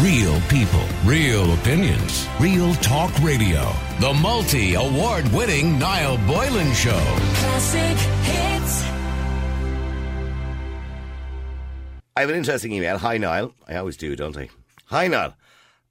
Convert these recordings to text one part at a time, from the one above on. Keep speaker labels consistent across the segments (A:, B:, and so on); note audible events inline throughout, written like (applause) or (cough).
A: Real people, real opinions, real talk radio. The multi award winning Niall Boylan Show.
B: Classic hits.
C: I have an interesting email. Hi, Niall. I always do, don't I? Hi, Niall.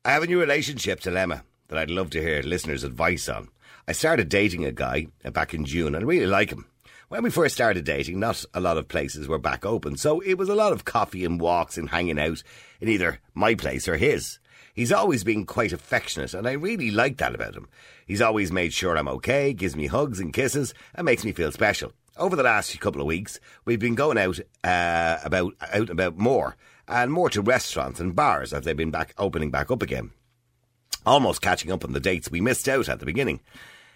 C: I have a new relationship dilemma that I'd love to hear listeners' advice on. I started dating a guy uh, back in June and I really like him. When we first started dating, not a lot of places were back open, so it was a lot of coffee and walks and hanging out in either my place or his. He's always been quite affectionate, and I really like that about him. He's always made sure I'm okay, gives me hugs and kisses, and makes me feel special. Over the last couple of weeks, we've been going out uh, about out and about more, and more to restaurants and bars as they've been back opening back up again. Almost catching up on the dates we missed out at the beginning.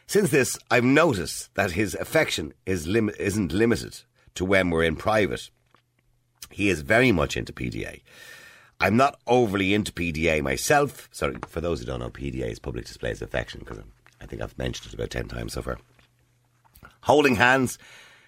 C: Since this, I've noticed that his affection is lim- isn't limited to when we're in private. He is very much into PDA. I'm not overly into PDA myself. Sorry, for those who don't know, PDA is public displays of affection because I think I've mentioned it about 10 times so far. Holding hands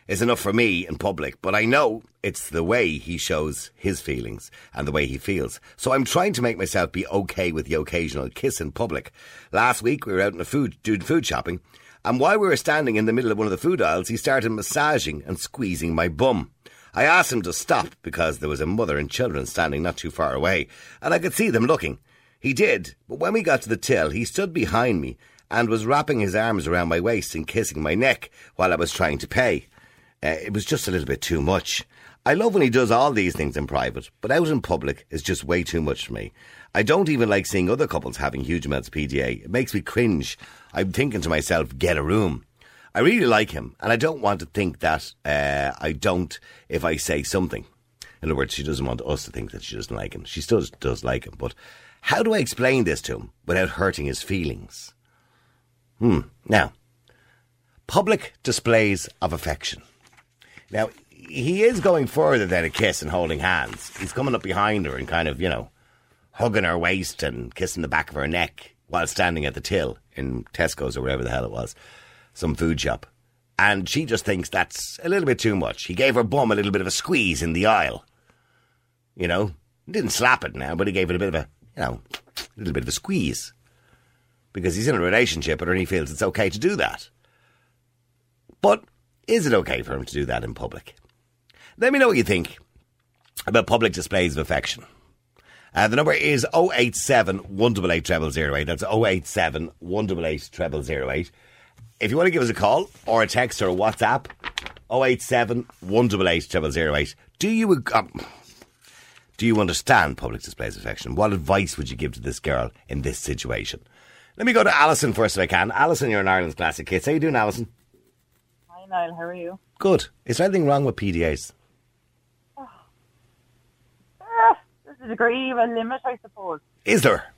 C: is enough for me in public, but I know it's the way he shows his feelings and the way he feels. So I'm trying to make myself be okay with the occasional kiss in public. Last week we were out in a food doing food shopping, and while we were standing in the middle of one of the food aisles, he started massaging and squeezing my bum. I asked him to stop because there was a mother and children standing not too far away, and I could see them looking. He did, but when we got to the till, he stood behind me and was wrapping his arms around my waist and kissing my neck while I was trying to pay. Uh, it was just a little bit too much. I love when he does all these things in private, but out in public is just way too much for me. I don't even like seeing other couples having huge amounts of PDA. It makes me cringe. I'm thinking to myself, get a room. I really like him, and I don't want to think that uh, I don't if I say something. In other words, she doesn't want us to think that she doesn't like him. She still does like him, but how do I explain this to him without hurting his feelings? Hmm. Now, public displays of affection. Now, he is going further than a kiss and holding hands. He's coming up behind her and kind of, you know, hugging her waist and kissing the back of her neck while standing at the till in Tesco's or wherever the hell it was, some food shop. And she just thinks that's a little bit too much. He gave her bum a little bit of a squeeze in the aisle. You know, didn't slap it now, but he gave it a bit of a, you know, a little bit of a squeeze. Because he's in a relationship with her and he feels it's okay to do that. But is it okay for him to do that in public? Let me know what you think about public displays of affection. Uh, the number is 087 188 0008. That's 087 188 0008. If you want to give us a call or a text or a WhatsApp, 087 188 0008. Do you, ag- um, do you understand public displays of affection? What advice would you give to this girl in this situation? Let me go to Alison first if I can. Alison, you're an Ireland's classic kid. How you doing, Alison?
D: Hi, Niall. How are you?
C: Good. Is there anything wrong with PDAs?
D: Ah, there's a degree of a limit, I suppose.
C: Is there?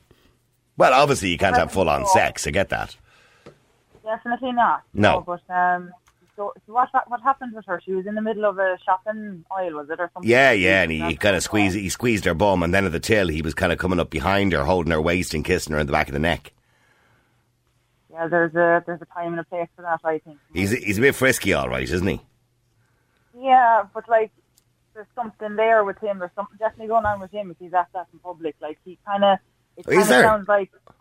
C: Well, obviously you can't have full on
D: No.
C: sex. I get that.
D: Definitely not.
C: No.
D: but um, so, so what what happened with her? She was in the middle of a shopping aisle, was it, or something?
C: Yeah, yeah, and he, he kind of squeezed he squeezed her bum, and then at the till he was kind of coming up behind her, holding her waist and kissing her in the back of the neck.
D: Yeah, there's a there's a time and a place for that, I think.
C: He's he's a bit frisky, all right, isn't he?
D: Yeah, but like, there's something there with him. There's something definitely going on with him if he's at that in public. Like he kind of, it
C: Oh, is
D: kind of
C: there?
D: sounds like, I,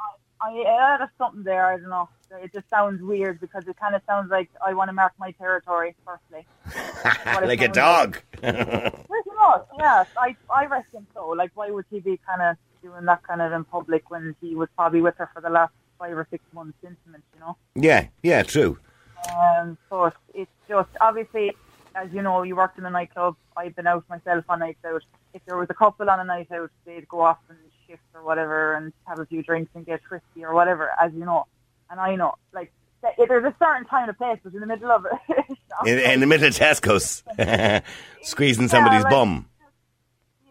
D: I, yeah, there's something there. I don't know. It just sounds weird because it kind of sounds like I want to mark my territory.
C: (laughs)
D: Firstly, What it
C: like a
D: sounds
C: dog.
D: Pretty much, yeah. I I reckon so. Like, why would he be kind of doing that kind of in public when he was probably with her for the last five or six months intimate, you know?
C: Yeah, yeah, true.
D: Um, so it's, it's just obviously, as you know, you worked in a nightclub. I've been out myself on nights out. If there was a couple on a night out, they'd go off and shift or whatever, and have a few drinks and get frisky or whatever, as you know. And I know, like, th- there's a certain time and place, but in the middle of it, (laughs)
C: In, in the middle of Tesco's, (laughs) squeezing somebody's
D: like-
C: bum.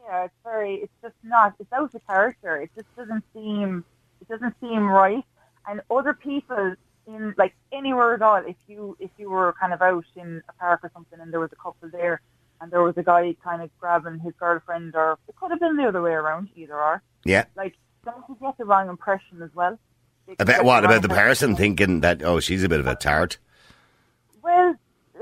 D: Yeah, it's very. It's just not. It's out of character. It just doesn't seem. It doesn't seem right. And other people in like anywhere at all. If you if you were kind of out in a park or something, and there was a couple there, and there was a guy kind of grabbing his girlfriend, or it could have been the other way around. Either or.
C: Yeah.
D: Like, don't you get the wrong impression as well? They could get
C: About what?
D: wrong
C: About the
D: impression.
C: person thinking that oh she's a bit of a tart.
D: Well,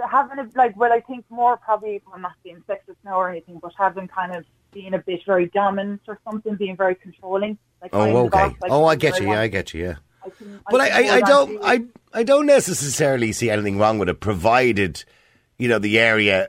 D: having a like, well, I think more probably. I'm not being sexist now or anything, but having kind of being a bit very dominant or something, being very controlling. Like I'm
C: Oh,
D: the
C: okay.
D: boss, like,
C: Oh, I
D: I'm
C: get
D: very
C: you. Yeah, I
D: one-
C: get you. Yeah.
D: I can,
C: But I,
D: can
C: I, I
D: hold on to
C: don't
D: you.
C: I I don't necessarily see anything wrong with it, provided you know the area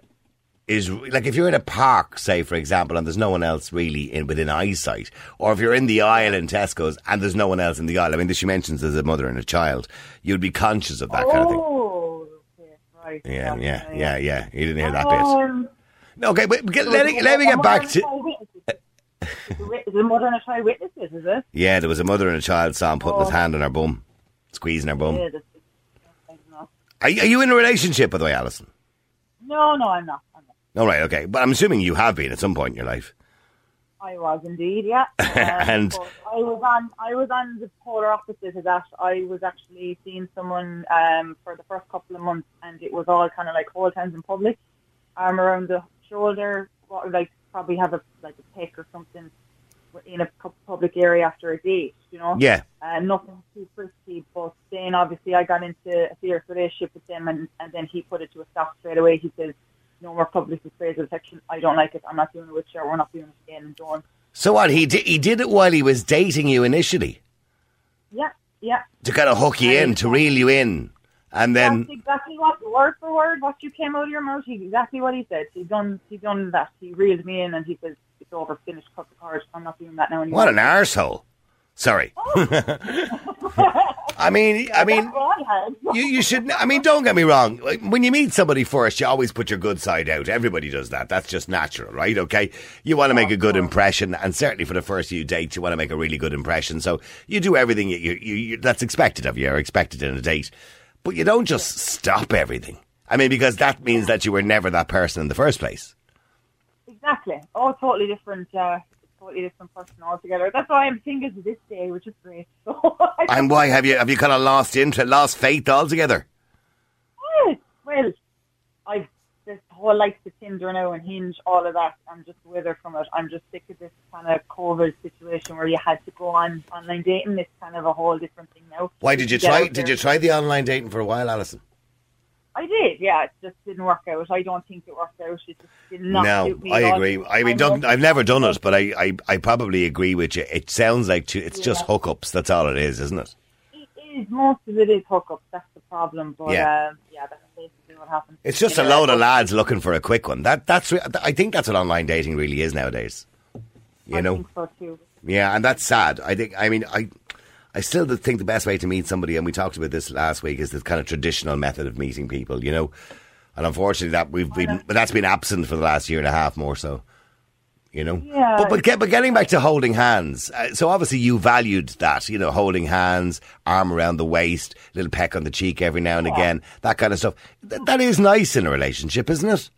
C: is like if you're in a park, say for example, and there's no one else really in within eyesight, or if you're in the aisle in Tesco's and there's no one else in the aisle. I mean, this she mentions there's a mother and a child. You'd be conscious of that kind of thing.
D: Oh, okay, right.
C: Yeah,
D: okay,
C: yeah, yeah, yeah. You didn't hear that bit.
D: Um,
C: No, Okay, but get,
D: so
C: let,
D: is
C: me,
D: it
C: let me
D: a
C: get back
D: modern
C: to.
D: child witnesses? Is it wit- is it modern and child witnesses? Is it?
C: Yeah, there was a mother and a child. Sam putting his
D: Oh.
C: hand on her bum, squeezing her bum.
D: Yeah, that's- I don't know.
C: Are, you- are you in a relationship, by the way, Alison?
D: No, no, I'm not. I'm not.
C: All right, okay. But I'm assuming you have been at some point in your life.
D: I was
C: (laughs)
D: indeed, yeah. Um,
C: And-
D: but I was on I was on the polar opposite of that. I was actually seeing someone um, for the first couple of months, and it was all kind of like hold hands in public, arm around the shoulder, what, like probably have a like a pick or something in a pu- public area after a date, you know.
C: Yeah.
D: Uh, nothing too frisky, but then obviously I got into a serious relationship with him, and, and then he put it to a stop straight away. He says, "No more public displays of affection. I don't like it. I'm not doing it with you. We're not doing it again." And so on.
C: So what? He did, he did it while he was dating you initially
D: Yeah, yeah.
C: to kind of hook you in, to reel you in, and then
D: That's exactly what word for word what you came out of your mouth. He, exactly what he said. He done. He done that. He reeled me in, and he says, "It's over. Finished. Cut the cards. I'm not doing that now anymore."
C: what an arsehole. Sorry. (laughs) I mean, I mean,
D: That's what I had.
C: you, you should. I mean, don't get me wrong. Like, When you meet somebody first, you always put your good side out. Everybody does that. That's just natural, right? Okay. You want to make a good impression, and certainly for the first few dates, you want to make a really good impression. So you do everything you, you, you, you- that's expected of you, or expected in a date. But you don't just stop everything. I mean, because that means that you were never that person in the first place.
D: Exactly. All totally different. Uh, totally different person altogether. That's why I'm single to this day, which is great. (laughs) So I
C: And why have you have you kind of lost into lost faith altogether?
D: Yeah, well, I've this whole life to Tinder now and Hinge, all of that. I'm just withered from it. I'm just sick of this kind of COVID situation where you had to go on online dating. It's kind of a whole different thing now.
C: Why did you
D: Get
C: try?
D: out there.
C: Did you try the online dating for a while, Alison?
D: I did. Yeah, it just didn't work out. I don't think it worked out. It just did not.
C: No,
D: suit me
C: I
D: at all.
C: agree. I mean, don't,
D: know-
C: I've never done it, but I, I, I probably agree with you. It sounds like too, it's just hookups. That's all it is, isn't it?
D: It is most of it is hookups. That's the problem. But
C: Yeah.
D: yeah, um, yeah that's basically what happened.
C: It's just
D: You
C: a
D: know,
C: load of lads looking for a quick one. That that's re- I think that's what online dating really is nowadays.
D: I
C: You know,
D: think so too.
C: yeah, and that's sad. I think. I mean, I. I still think the best way to meet somebody, and we talked about this last week, is this kind of traditional method of meeting people, you know, and unfortunately that we've been, but that's been absent for the last year and a half more so, you know.
D: Yeah.
C: But but, get, but getting back to holding hands, uh, so obviously you valued that, you know, holding hands, arm around the waist, little peck on the cheek every now and again, that kind of stuff. Th- that is nice in a relationship, isn't it?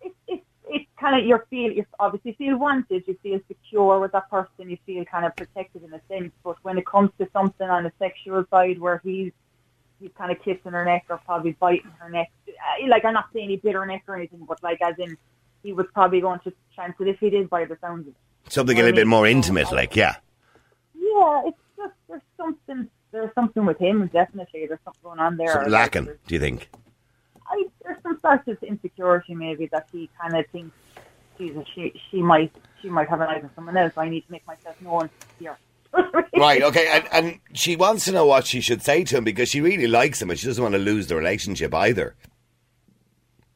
D: it's it's it's kind of you feel you obviously feel wanted, you feel secure with that person, you feel kind of protected in a sense. But when it comes to something on the sexual side where he's he's kind of kissing her neck or probably biting her neck, uh, like I'm not saying he bit her neck or anything, but like as in he was probably going to chance it if he did by the sounds of it.
C: Something a
D: Well, I
C: little bit
D: mean,
C: more
D: um,
C: intimate, like yeah.
D: Yeah, it's just there's something there's something with him definitely. There's something going on there.
C: Something
D: Like,
C: lacking,
D: there's-
C: do you think?
D: I, there's some sort of insecurity maybe that he kind of thinks, Jesus, she she might she might have an eye on someone else. I need to make myself known here. (laughs)
C: Right, okay, and, and she wants to know what she should say to him because she really likes him and she doesn't want to lose the relationship either.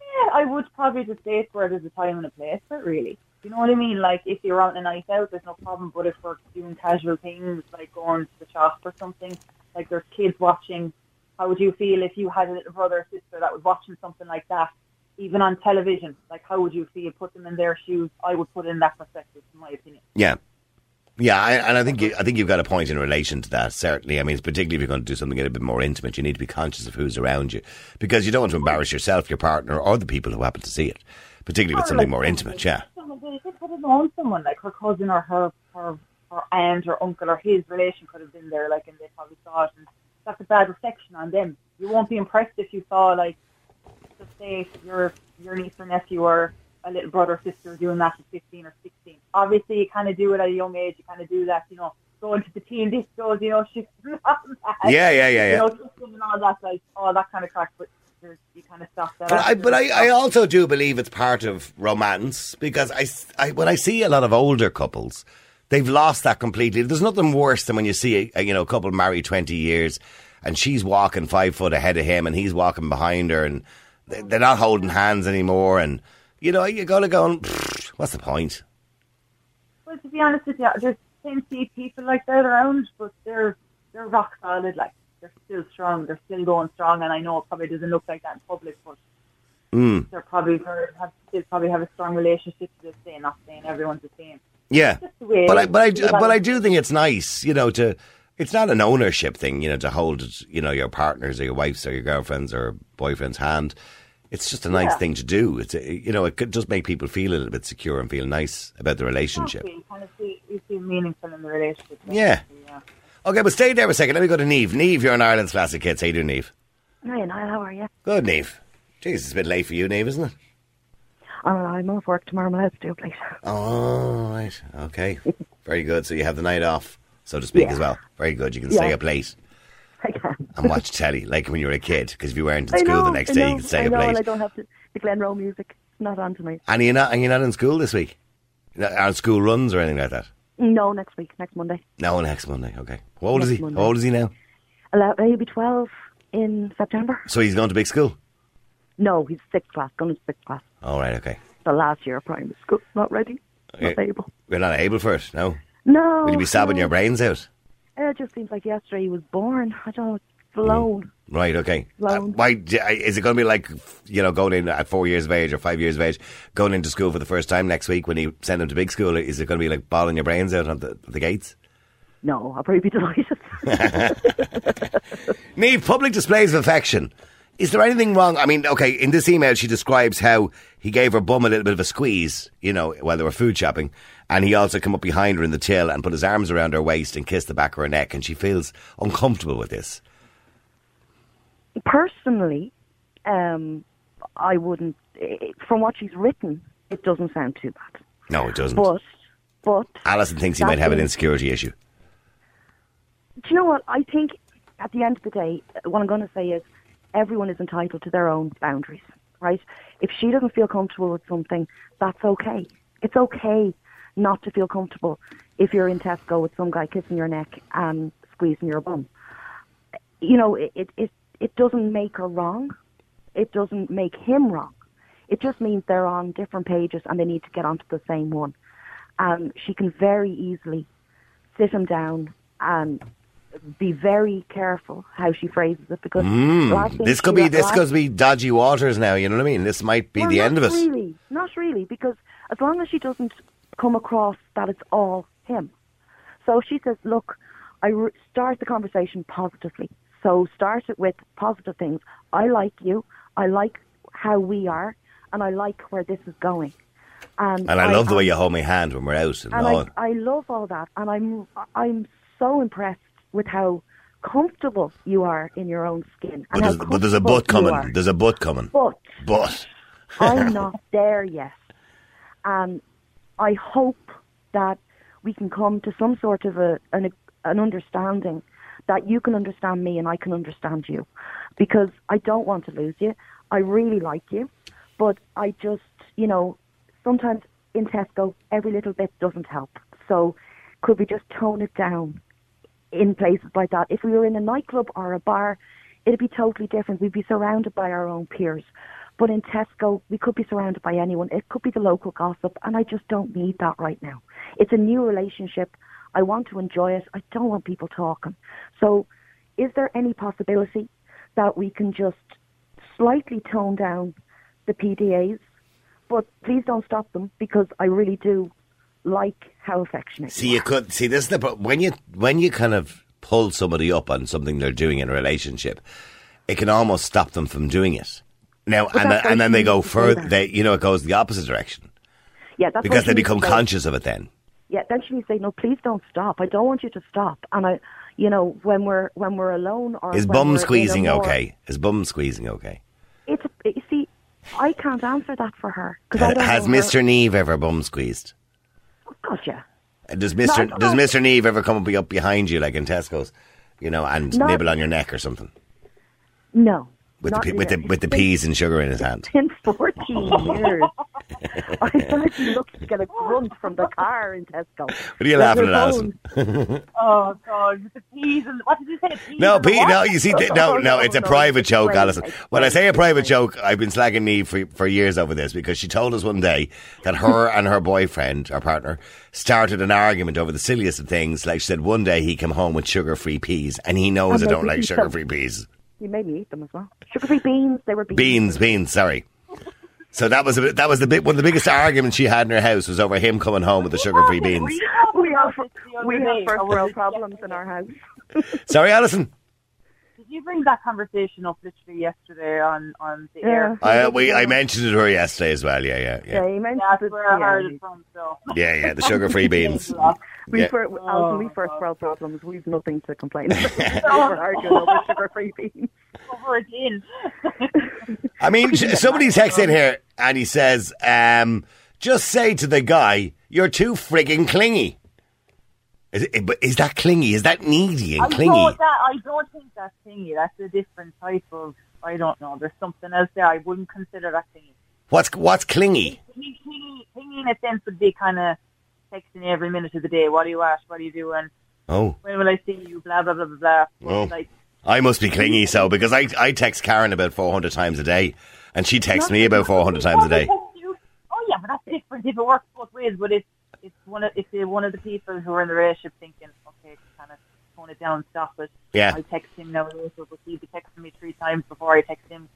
D: Yeah, I would probably just say it where there's a time and a place for it, really. You know what I mean? Like, if you're out on a night out, there's no problem. But if we're doing casual things, like going to the shop or something, like there's kids watching, how would you feel if you had a little brother or sister that was watching something like that, even on television? Like, how would you feel? Put them in their shoes. I would put it in that perspective, in my opinion.
C: Yeah. Yeah, I, and I think you, I think you've got a point in relation to that. Certainly, I mean, particularly if you're going to do something a little bit more intimate, you need to be conscious of who's around you because you don't want to embarrass yourself, your partner, or the people who happen to see it. Particularly if it's something more intimate, yeah.
D: Someone they they could have known someone like her cousin or her her her aunt or uncle or his relation could have been there, like, and they probably saw it, and that's a bad reflection on them. You won't be impressed if you saw like, just say your your niece or nephew or a little brother or sister doing that at fifteen or sixteen. Obviously, you kind of do it at a young age. You kind of do that, you know, going to the teen discos, you know, (laughs) shit.
C: Yeah, yeah, yeah, yeah.
D: You know, kissing and all that, like all that kind of crack. But there's, you kind of stop that.
C: But I,
D: after.
C: but I, I also do believe it's part of romance because I, s- I- when I see a lot of older couples, they've lost that completely. There's nothing worse than when you see a, a, you know a couple married twenty years, and she's walking five foot ahead of him, and he's walking behind her, and they- they're not holding hands anymore, and you know you're gonna go, "Pfft, what's the point?
D: Well, to be honest with you, there's plenty of people like that around, but they're they're rock solid. Like they're still strong. They're still going strong. And I know it probably doesn't look like that in public, but
C: Hmm.
D: they're probably very, have still probably have a strong relationship to this day. Not saying everyone's the same.
C: Yeah,
D: the way
C: but I, but I,
D: you
C: do-
D: gotta-
C: but I do think it's nice, you know, to it's not an ownership thing, you know, to hold, you know, your partners or your wives or your girlfriends or boyfriend's hand. It's just a nice
D: Yeah.
C: thing to do. It's a, you know, it could just make people feel a little bit secure and feel nice about the relationship.
D: Exactly. You kind of see you feel meaningful in the relationship.
C: Yeah.
D: yeah.
C: Okay, but stay there a second. Let me go to Neve. Neve, you're an Ireland's classic kids. How you doing, Neve?
E: Hi, and how are you?
C: Good, Neve. Jeez, it's a bit late for you, Neve, isn't it?
E: Oh, I'm off work tomorrow. I'm allowed to do it, please.
C: Oh, right.
D: (laughs)
C: Okay. Very good. So you have the night off, so to speak, as well. Very good. You can stay
E: Yeah.
C: up late.
E: (laughs) I can.
C: and watch telly like when you were a kid because if you weren't in
E: I
C: school
E: know,
C: the next
E: I
C: day
E: know,
C: you could stay
E: I
C: up
E: know, oh. and I
C: late.
E: don't have to, the Glen Rowe music. It's not on tonight.
C: And you're not and you're not in school this week. You're Not on school runs or anything like that.
E: No, next week, next Monday.
C: No, next Monday. Okay. How old is
E: Next
C: he?
E: Monday.
C: How old is he now?
E: Allow, he'll be 12 in September.
C: So he's going to big school.
E: No, he's sixth class, going to sixth class.
C: All right. Okay.
E: The last year of primary school. Not ready. Not
C: Yeah.
E: able.
C: You're not able for it. No.
E: No.
C: Will you be sobbing
E: Oh, no.
C: your brains out?
E: It just seems like yesterday he was born. I don't know. It's
C: Hmm.
E: blown.
C: Right. Okay. Uh,
E: Loan.
C: why d- I- is it going to be like you know going in at four years of age or five years of age going into school for the first time next week when you send him to big school? Is it going to be like bawling your brains out at the, the gates?
E: No, I'll probably
C: (laughs)
E: be (laughs) delighted.
C: Neve, public displays of affection. Is there anything wrong? I mean, okay, in this email, she describes how he gave her bum a little bit of a squeeze, you know, while they were food shopping. And he also came up behind her in the till and put his arms around her waist and kissed the back of her neck. And she feels uncomfortable with this.
E: Personally, um, I wouldn't. It, from what she's written, it doesn't sound too bad.
C: No, it doesn't.
E: But, but
C: Alison thinks he might have an insecurity issue.
E: do you know what? I think at the end of the day, what I'm going to say is everyone is entitled to their own boundaries, right? If she doesn't feel comfortable with something, that's okay. It's okay not to feel comfortable if you're in Tesco with some guy kissing your neck and squeezing your bum. You know, it it it, it doesn't make her wrong. It doesn't make him wrong. It just means they're on different pages and they need to get onto the same one. And she can very easily sit him down and be very careful how she phrases it because last thing
C: Hmm. This
E: she-
C: could be this
E: last-
C: could be dodgy waters now. You know what I mean? This might be
E: Well,
C: the
E: not
C: end of it.
E: Really, not really, because as long as she doesn't come across that it's all him. So she says, "Look, I re- start the conversation positively. So start it with positive things. I like you. I like how we are, and I like where this is going. And,
C: And I love the way
E: am-
C: you hold my hand when we're out and,
E: and
C: all.
E: I, I love all that, and I'm I'm so impressed with how comfortable you are in your own skin.
C: but,
E: and how
C: there's, but there's a
E: comfortable
C: butt
E: you
C: coming.
E: are.
C: There's a butt coming.
E: But
C: But
E: I'm not there yet. And I hope that we can come to some sort of a, an, an understanding that you can understand me and I can understand you. Because I don't want to lose you. I really like you. But I just, you know, sometimes in Tesco, every little bit doesn't help. So could we just tone it down in places like that. If we were in a nightclub or a bar, it'd be totally different. We'd be surrounded by our own peers. But in Tesco, we could be surrounded by anyone. It could be the local gossip, and I just don't need that right now. It's a new relationship. I want to enjoy it. I don't want people talking. So, is there any possibility that we can just slightly tone down the PDAs? But please don't stop them because I really do like how affectionate.
C: See,
E: you
C: you
E: are.
C: could see this is the pro- when you when you kind of pull somebody up on something they're doing in a relationship, it can almost stop them from doing it. Now and then,
E: that's why
C: and then
E: she
C: they go
E: needs to do
C: further.
E: that.
C: They you know it goes the opposite direction
E: yeah, that's
C: because
E: what
C: they
E: you need to
C: become
E: say.
C: conscious of it. Then
E: yeah, then she needs to say, no, please don't stop. I don't want you to stop. And I, you know, when we're when we're alone or
C: is
E: when we're in
C: bum
E: a
C: squeezing
E: more-
C: okay? Is bum squeezing okay?
E: It's you see, I can't answer that for her because I don't
C: Has
E: know
C: Mister Neve ever bum squeezed?
E: Her. God, yeah.
C: And Does
E: I
C: Mister
E: don't
C: Does
E: know.
C: Mister Neve ever come up, up behind you like in Tesco's, you know, and
E: Not-
C: nibble on your neck or something?
E: No,
C: with the,
E: Not
C: pe- with the
E: yet.
C: with the peas and sugar in his hand.
E: (laughs) in
C: (laughs)
E: 14 years. (laughs) I already looked to get a grunt from the car in Tesco.
C: What are you
E: With
C: laughing
E: your
C: at, Alison?
E: phone.
D: Oh God, with the peas and what did you say? Peas
C: No,
D: and the
C: Pete,
D: what?
C: no, you see, th- no,
E: (laughs) Oh,
C: no,
E: no,
C: it's a
E: no,
C: private
E: it's
C: joke,
E: great,
C: Alison.
E: it's
C: When I
E: great,
C: say a
E: it's
C: private
E: great.
C: joke, I've been slagging me for, for years over this because she told us one day that her and her boyfriend, her partner, started an argument over the silliest of things. Like she said, one day he came home with sugar free peas and he knows I
E: And
C: don't
E: maybe
C: like
E: he
C: sugar free peas.
E: You made me eat them as well. Sugar-free beans, they were beans.
C: Beans, beans, sorry. So that was a bit, that was the bit, one of the biggest arguments she had in her house was over him coming home with the sugar free beans.
D: We have,
E: We have,
D: the
E: we
D: other
E: have
D: day,
E: first
D: or was
E: world
D: it
E: problems in
D: yesterday?
E: our house.
C: Sorry, Alison.
D: Did you bring that conversation up literally yesterday on on the
E: Yeah.
D: air?
C: I uh, we I mentioned it to her yesterday as well. Yeah, yeah, yeah,
E: Yeah, you mentioned
D: That's
E: it,
D: where I
E: yeah.
D: heard it from. So
C: yeah, yeah. The sugar
E: (laughs)
C: free
D: (laughs)
C: beans.
E: We
C: Yeah.
E: fir- Alison, we
D: my
E: first
D: God.
E: world problems. We've nothing
C: (laughs)
E: to complain about. We're arguing over sugar-free beans.
D: over again.
C: I mean, sh- somebody texts in here and he says, um, "Just say to the guy, you're too frigging clingy." Is, it, but is that clingy? Is that needy and
D: I
C: clingy?
D: don't that I don't think that's thingy. That's a different type of. I don't know. There's something else there. I wouldn't consider that thingy.
C: What's what's clingy?
D: Thingy, thingy, thingy in a sense would be kind of texting every minute of the day. What are you at? What are you doing?
C: Oh,
D: When will I see you? Blah blah blah blah blah.
C: Oh.
D: Like
C: I must be clingy, so because I I text Karen about four hundred times a day, and she texts me about four hundred times a day.
D: Oh yeah, but that's different. If it works both ways, but it's it's one of it's one of the people who are in the relationship thinking, okay, kind of tone it down, stop it.
C: Yeah.
D: I text him now, and also, but he'd be texting me three times before I text him.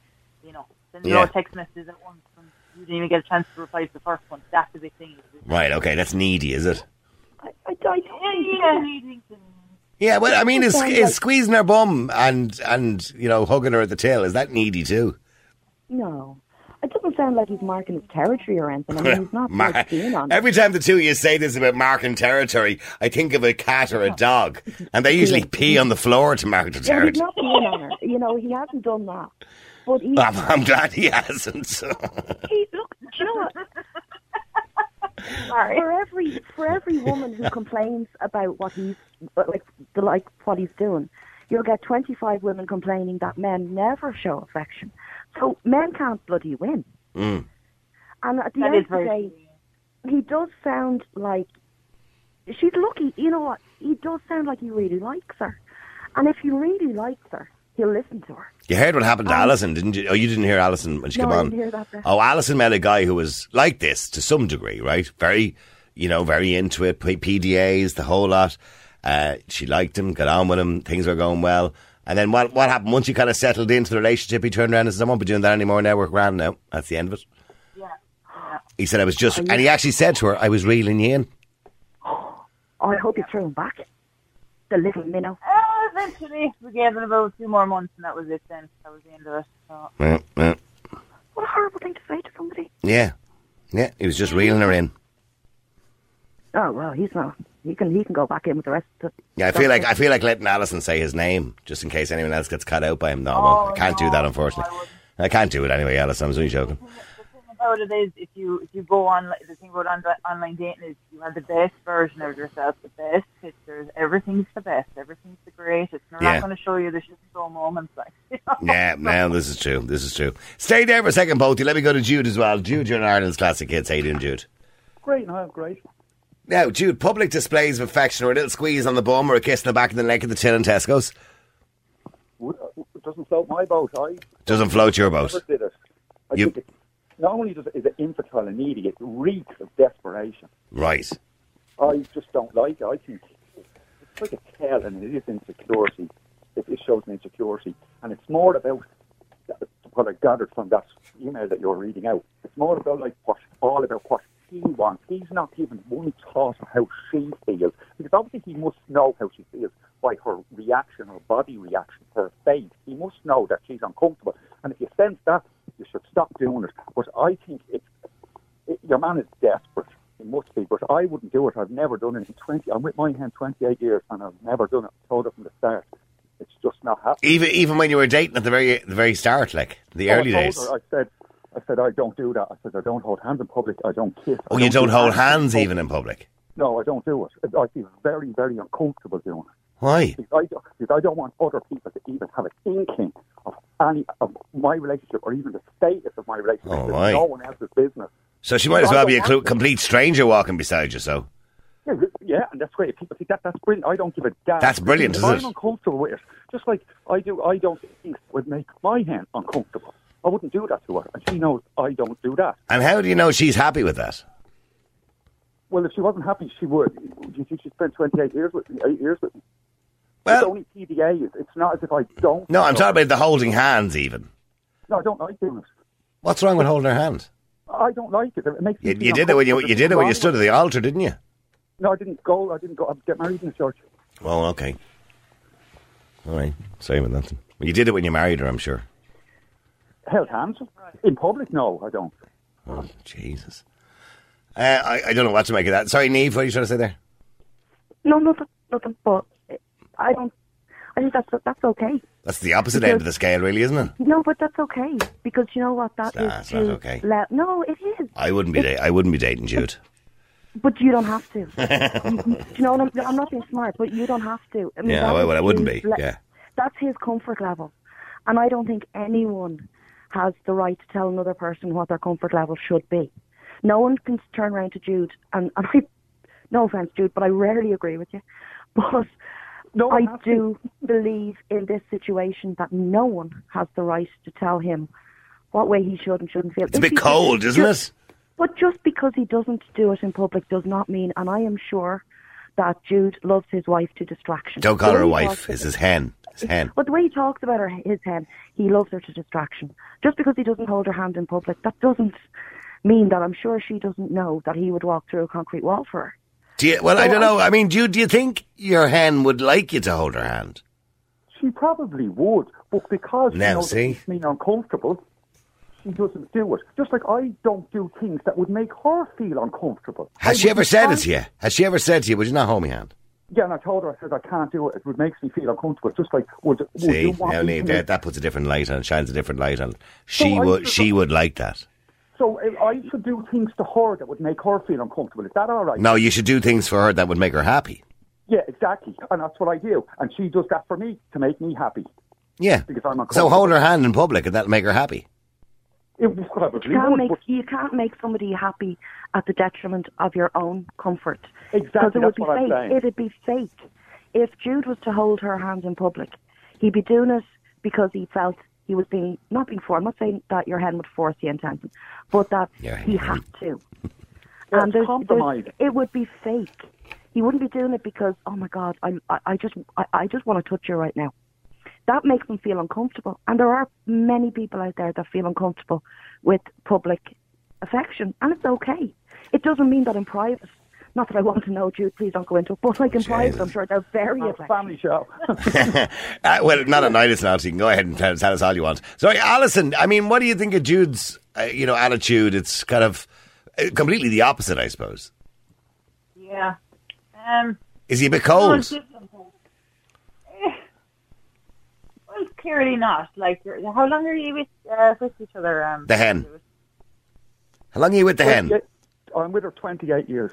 D: You know, send
C: Yeah.
D: all text messages at once, and you didn't even get a chance to reply to the first one. That's the big thing.
C: Right? Okay, that's needy, is it?
E: I, I, I don't think
C: Yeah. Well, I mean, is is squeezing her bum and and you know hugging her at the tail is that needy too?
E: No. It doesn't sound like he's marking his territory or anything. I mean, he's
C: (laughs)
E: not
C: Mar-
E: like being on
C: Every time the two of you say this about marking territory, I think of a cat or a dog, and they usually pee on the floor to mark the
E: Yeah,
C: (laughs)
E: he's
C: territory.
E: not being on her. You know, he hasn't done that.
C: (laughs)
E: But he,
C: I'm, I'm glad he hasn't. (laughs)
E: he look, do you know what?
D: Sorry.
E: For every for every woman who complains about what he's like, the, like what he's doing, you'll get twenty five women complaining that men never show affection. So men can't bloody win.
C: Mm.
E: And at the
D: That
E: end
D: is
E: of the
D: very.
E: day, he does sound like she's lucky. You know what? He does sound like he really likes her, and if he really likes her, he'll listen to her.
C: You heard what happened to Alison, didn't you? Oh, you didn't hear Alison when she
E: Um, No,
C: came
E: I
C: on.
E: didn't hear that bit.
C: Oh, Alison met a guy who was like this to some degree, right? Very, you know, very into it, P- PDAs, the whole lot. Uh, she liked him, got on with him, things were going well. And then what what happened? Once you kind of settled into the relationship, he turned around and says, I won't be doing that anymore now, we're grand now. That's the end of it.
D: Yeah. yeah.
C: He said I was just, and he actually said to her, "I was reeling you in."
E: Oh, I hope he's thrown back. The little minnow.
D: Uh, eventually, we gave it about two more months, and that was it. Then that was the end of it. So.
C: Yeah, yeah,
E: What a horrible thing to say to somebody.
C: yeah. yeah he was just reeling her in.
E: Oh well, he's not. He can he can go back in with the rest. Of the,
C: Yeah, I feel like I feel like letting Alison say his name just in case anyone else gets cut out by him. Oh, No, I won't. I can't do that, unfortunately. I can't do it anyway, Alison. I was only joking.
D: The thing about it is, if you if you go on, the thing about on, online dating is you have the best version of yourself, the best pictures, everything's the best, everything's the greatest. And we're
C: Yeah.
D: not going to show you the shit so moments like. (laughs) you know?
C: Yeah, no, this is true. This is true. Stay there for a second, both. of you. Let me go to Jude as well. Jude, you're in Ireland's classic kids. How you doing, Jude?
F: Great, no, great.
C: Now, Jude, public displays of affection or a little squeeze on the bum or a kiss on the back of the neck of the till and Tesco's
F: Would- It doesn't float my boat. I
C: doesn't float your boat.
F: never did it. I
C: Oh, You-
F: think it, not only does it, is it infantile and needy, it reeks of desperation.
C: Right.
F: I just don't like it. I think it's like a tell, and it is insecurity. It, it shows an insecurity, and it's more about that- what I gathered from that email that you're reading out. It's more about like what all about what he wants. He's not even one thought of how she feels, because obviously he must know how she feels by her reaction, her body reaction, her face. He must know that she's uncomfortable, and if you sense that, you should stop doing it. But I think it's it, your man is desperate. He must be, but I wouldn't do it. I've never done it in 20. I'm with my hand 28 years, and I've never done it. I told her from the start. It's just not happening.
C: Even even when you were dating at the very the very start, like the
F: So Oh, I
C: early
F: told
C: days.
F: her, I said, I said, I don't do that. I said, I don't hold hands in public. I don't kiss. I
C: Oh, you don't
F: do
C: hold
F: that."
C: hands even in public.
F: No, I don't do it. I feel very, very uncomfortable doing it.
C: Why?
F: because I don't, because I don't want other people to even have an inkling of any of my relationship or even the status of my relationship.
C: Oh,
F: It's
C: right.
F: no one else's business.
C: So she might as
F: I
C: well
F: don't
C: be a
F: want
C: clu-
F: to.
C: complete stranger walking beside you, so.
F: Yeah, th- yeah, and that's great. People think that that's brilliant. I don't give a damn.
C: That's brilliant,
F: If
C: isn't
F: I'm
C: it?
F: uncomfortable with it, just like I do, I don't think would make my hand uncomfortable. I wouldn't do that to her, and she knows I don't do that.
C: And how do you know she's happy with that?
F: Well, if she wasn't happy, she would. You see, she spent 28 years with me, eight years with me. it's
C: Well,
F: only PDA. It's- It's not as if I don't.
C: Uh, no, I'm talking about the holding hands, even.
F: No, I don't like doing it.
C: What's wrong with holding her hand?
F: I don't like it. It makes me
C: You,
F: feel
C: you did it when you
F: uncomfortable.
C: you did it when you
F: There's
C: stood at the altar, didn't you?
F: No, I didn't go. I didn't go. I get married in the church.
C: Oh, okay. All right, same with nothing. You did it when you married her, I'm sure.
F: Held hands in public? No, I don't.
C: Oh, Jesus. Uh, I, I don't know what to make of that. Sorry, Neve, what are you trying to say there?
E: No, nothing, nothing. But I don't. I think that's that's okay.
C: That's the opposite end of the scale, really, isn't it?
E: No, but that's okay because you know what? That
C: Nah,
E: is
C: it's not
E: too
C: okay.
E: loud. No, it is.
C: I wouldn't be. Da- I wouldn't be dating Jude.
E: But you don't have to.
C: (laughs)
E: you, you know, and I'm, I'm not being smart, but you don't have to. I mean,
C: Yeah,
E: that
C: well,
E: is
C: well, I wouldn't
E: his
C: be, yeah.
E: that's his comfort level, and I don't think anyone has the right to tell another person what their comfort level should be. No one can turn around to Jude, and, and I, no offense, Jude, but I rarely agree with you. But
F: No
E: I
F: one has to.
E: do believe in this situation that no one has the right to tell him what way he should and shouldn't feel.
C: It's a
F: (laughs)
C: bit cold, isn't it?
E: But just because he doesn't do it in public does not mean, and I am sure that Jude loves his wife to distraction.
C: Don't call
E: The
C: her a
E: way he talks
C: wife. It's his hen. His hen.
E: But the way he talks about her, his hen, he loves her to distraction. Just because he doesn't hold her hand in public, that doesn't mean that I'm sure she doesn't know that he would walk through a concrete wall for her.
C: Do you, well, I don't know. I mean, do you, do you think your hen would like you to hold her hand?
F: She probably would, but because
C: Now,
F: she knows
C: see?
F: it makes me uncomfortable, she doesn't do it. Just like I don't do things that would make her feel uncomfortable.
C: Has
F: I
C: she
F: would
C: ever
F: be
C: said
F: fine-
C: it to you? Has she ever said to you, "Would you not hold me hand"?
F: Yeah, and I told her, I said, I can't do it. It would makes me feel uncomfortable. Just like, would, would you
C: See,
F: want
C: now
F: me
C: Niamh,
F: to
C: that,
F: make-
C: that puts a different light on, shines a different light on. She
F: I
C: would,
F: just-
C: she would like that.
F: So if I should do things to her that would make her feel uncomfortable. Is that all right?
C: No, you should do things for her that would make her happy.
F: Yeah, exactly. And that's what I do. And she does that for me to make me happy.
C: Yeah.
F: Because I'm
C: So
F: uncomfortable.
C: hold her hand in public, and that'll make her happy.
F: It was probably
E: You can't
F: would,
E: make
F: but-
E: you can't make somebody happy at the detriment of your own comfort.
F: Exactly,
E: Because it would
F: that's
E: be
F: what I'm
E: fake.
F: saying.
E: It'd be fake. If Jude was to hold her hand in public, he'd be doing it because he felt he was being not being forced. I'm not saying that your hen would force you into anything, but that
C: Yeah,
E: he
C: yeah.
E: had to.
F: Yeah,
E: and
F: it's
E: there's,
F: compromise.
E: there's, it would be fake. He wouldn't be doing it because oh my god, I I, I just I, I just want to touch you right now that makes them feel uncomfortable. And there are many people out there that feel uncomfortable with public affection, and it's okay. It doesn't mean that in private. Not that I want to know, Jude. Please don't go into it. But like in private, I'm sure they're very
F: It's a
E: affectionate.
F: family
C: (laughs)
F: show.
C: Uh, well, not a night is not. You can go ahead and tell, tell us all you want. Sorry, Alison. I mean, what do you think of Jude's, uh, you know, attitude? It's kind of uh, completely the opposite, I suppose.
D: Yeah. Um,
C: Is he a bit
D: no,
C: cold?
D: it's just- Eh, well, clearly not. Like, you're- how long are you with uh, with each other? Um,
C: The hen. How long are you with the hen?
F: I'm with her 28 years.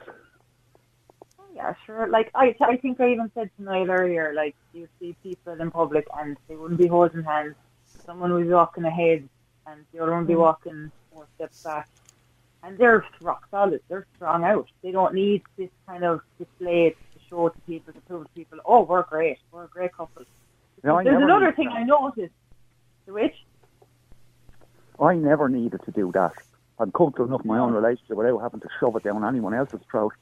D: Yeah, sure. Like, I I think I even said to Niall earlier, like, you see people in public and they wouldn't be holding hands. Someone would be walking ahead, and the other one would be walking four steps back. And they're rock solid. They're strong out. They don't need this kind of display to show to people, to prove to people, oh, we're great. We're a great couple.
F: Now, I
D: There's
F: never
D: another
F: need-
D: thing I noticed, which
F: I never needed to do that. I'm comfortable enough in my own relationship without having to shove it down anyone else's throat.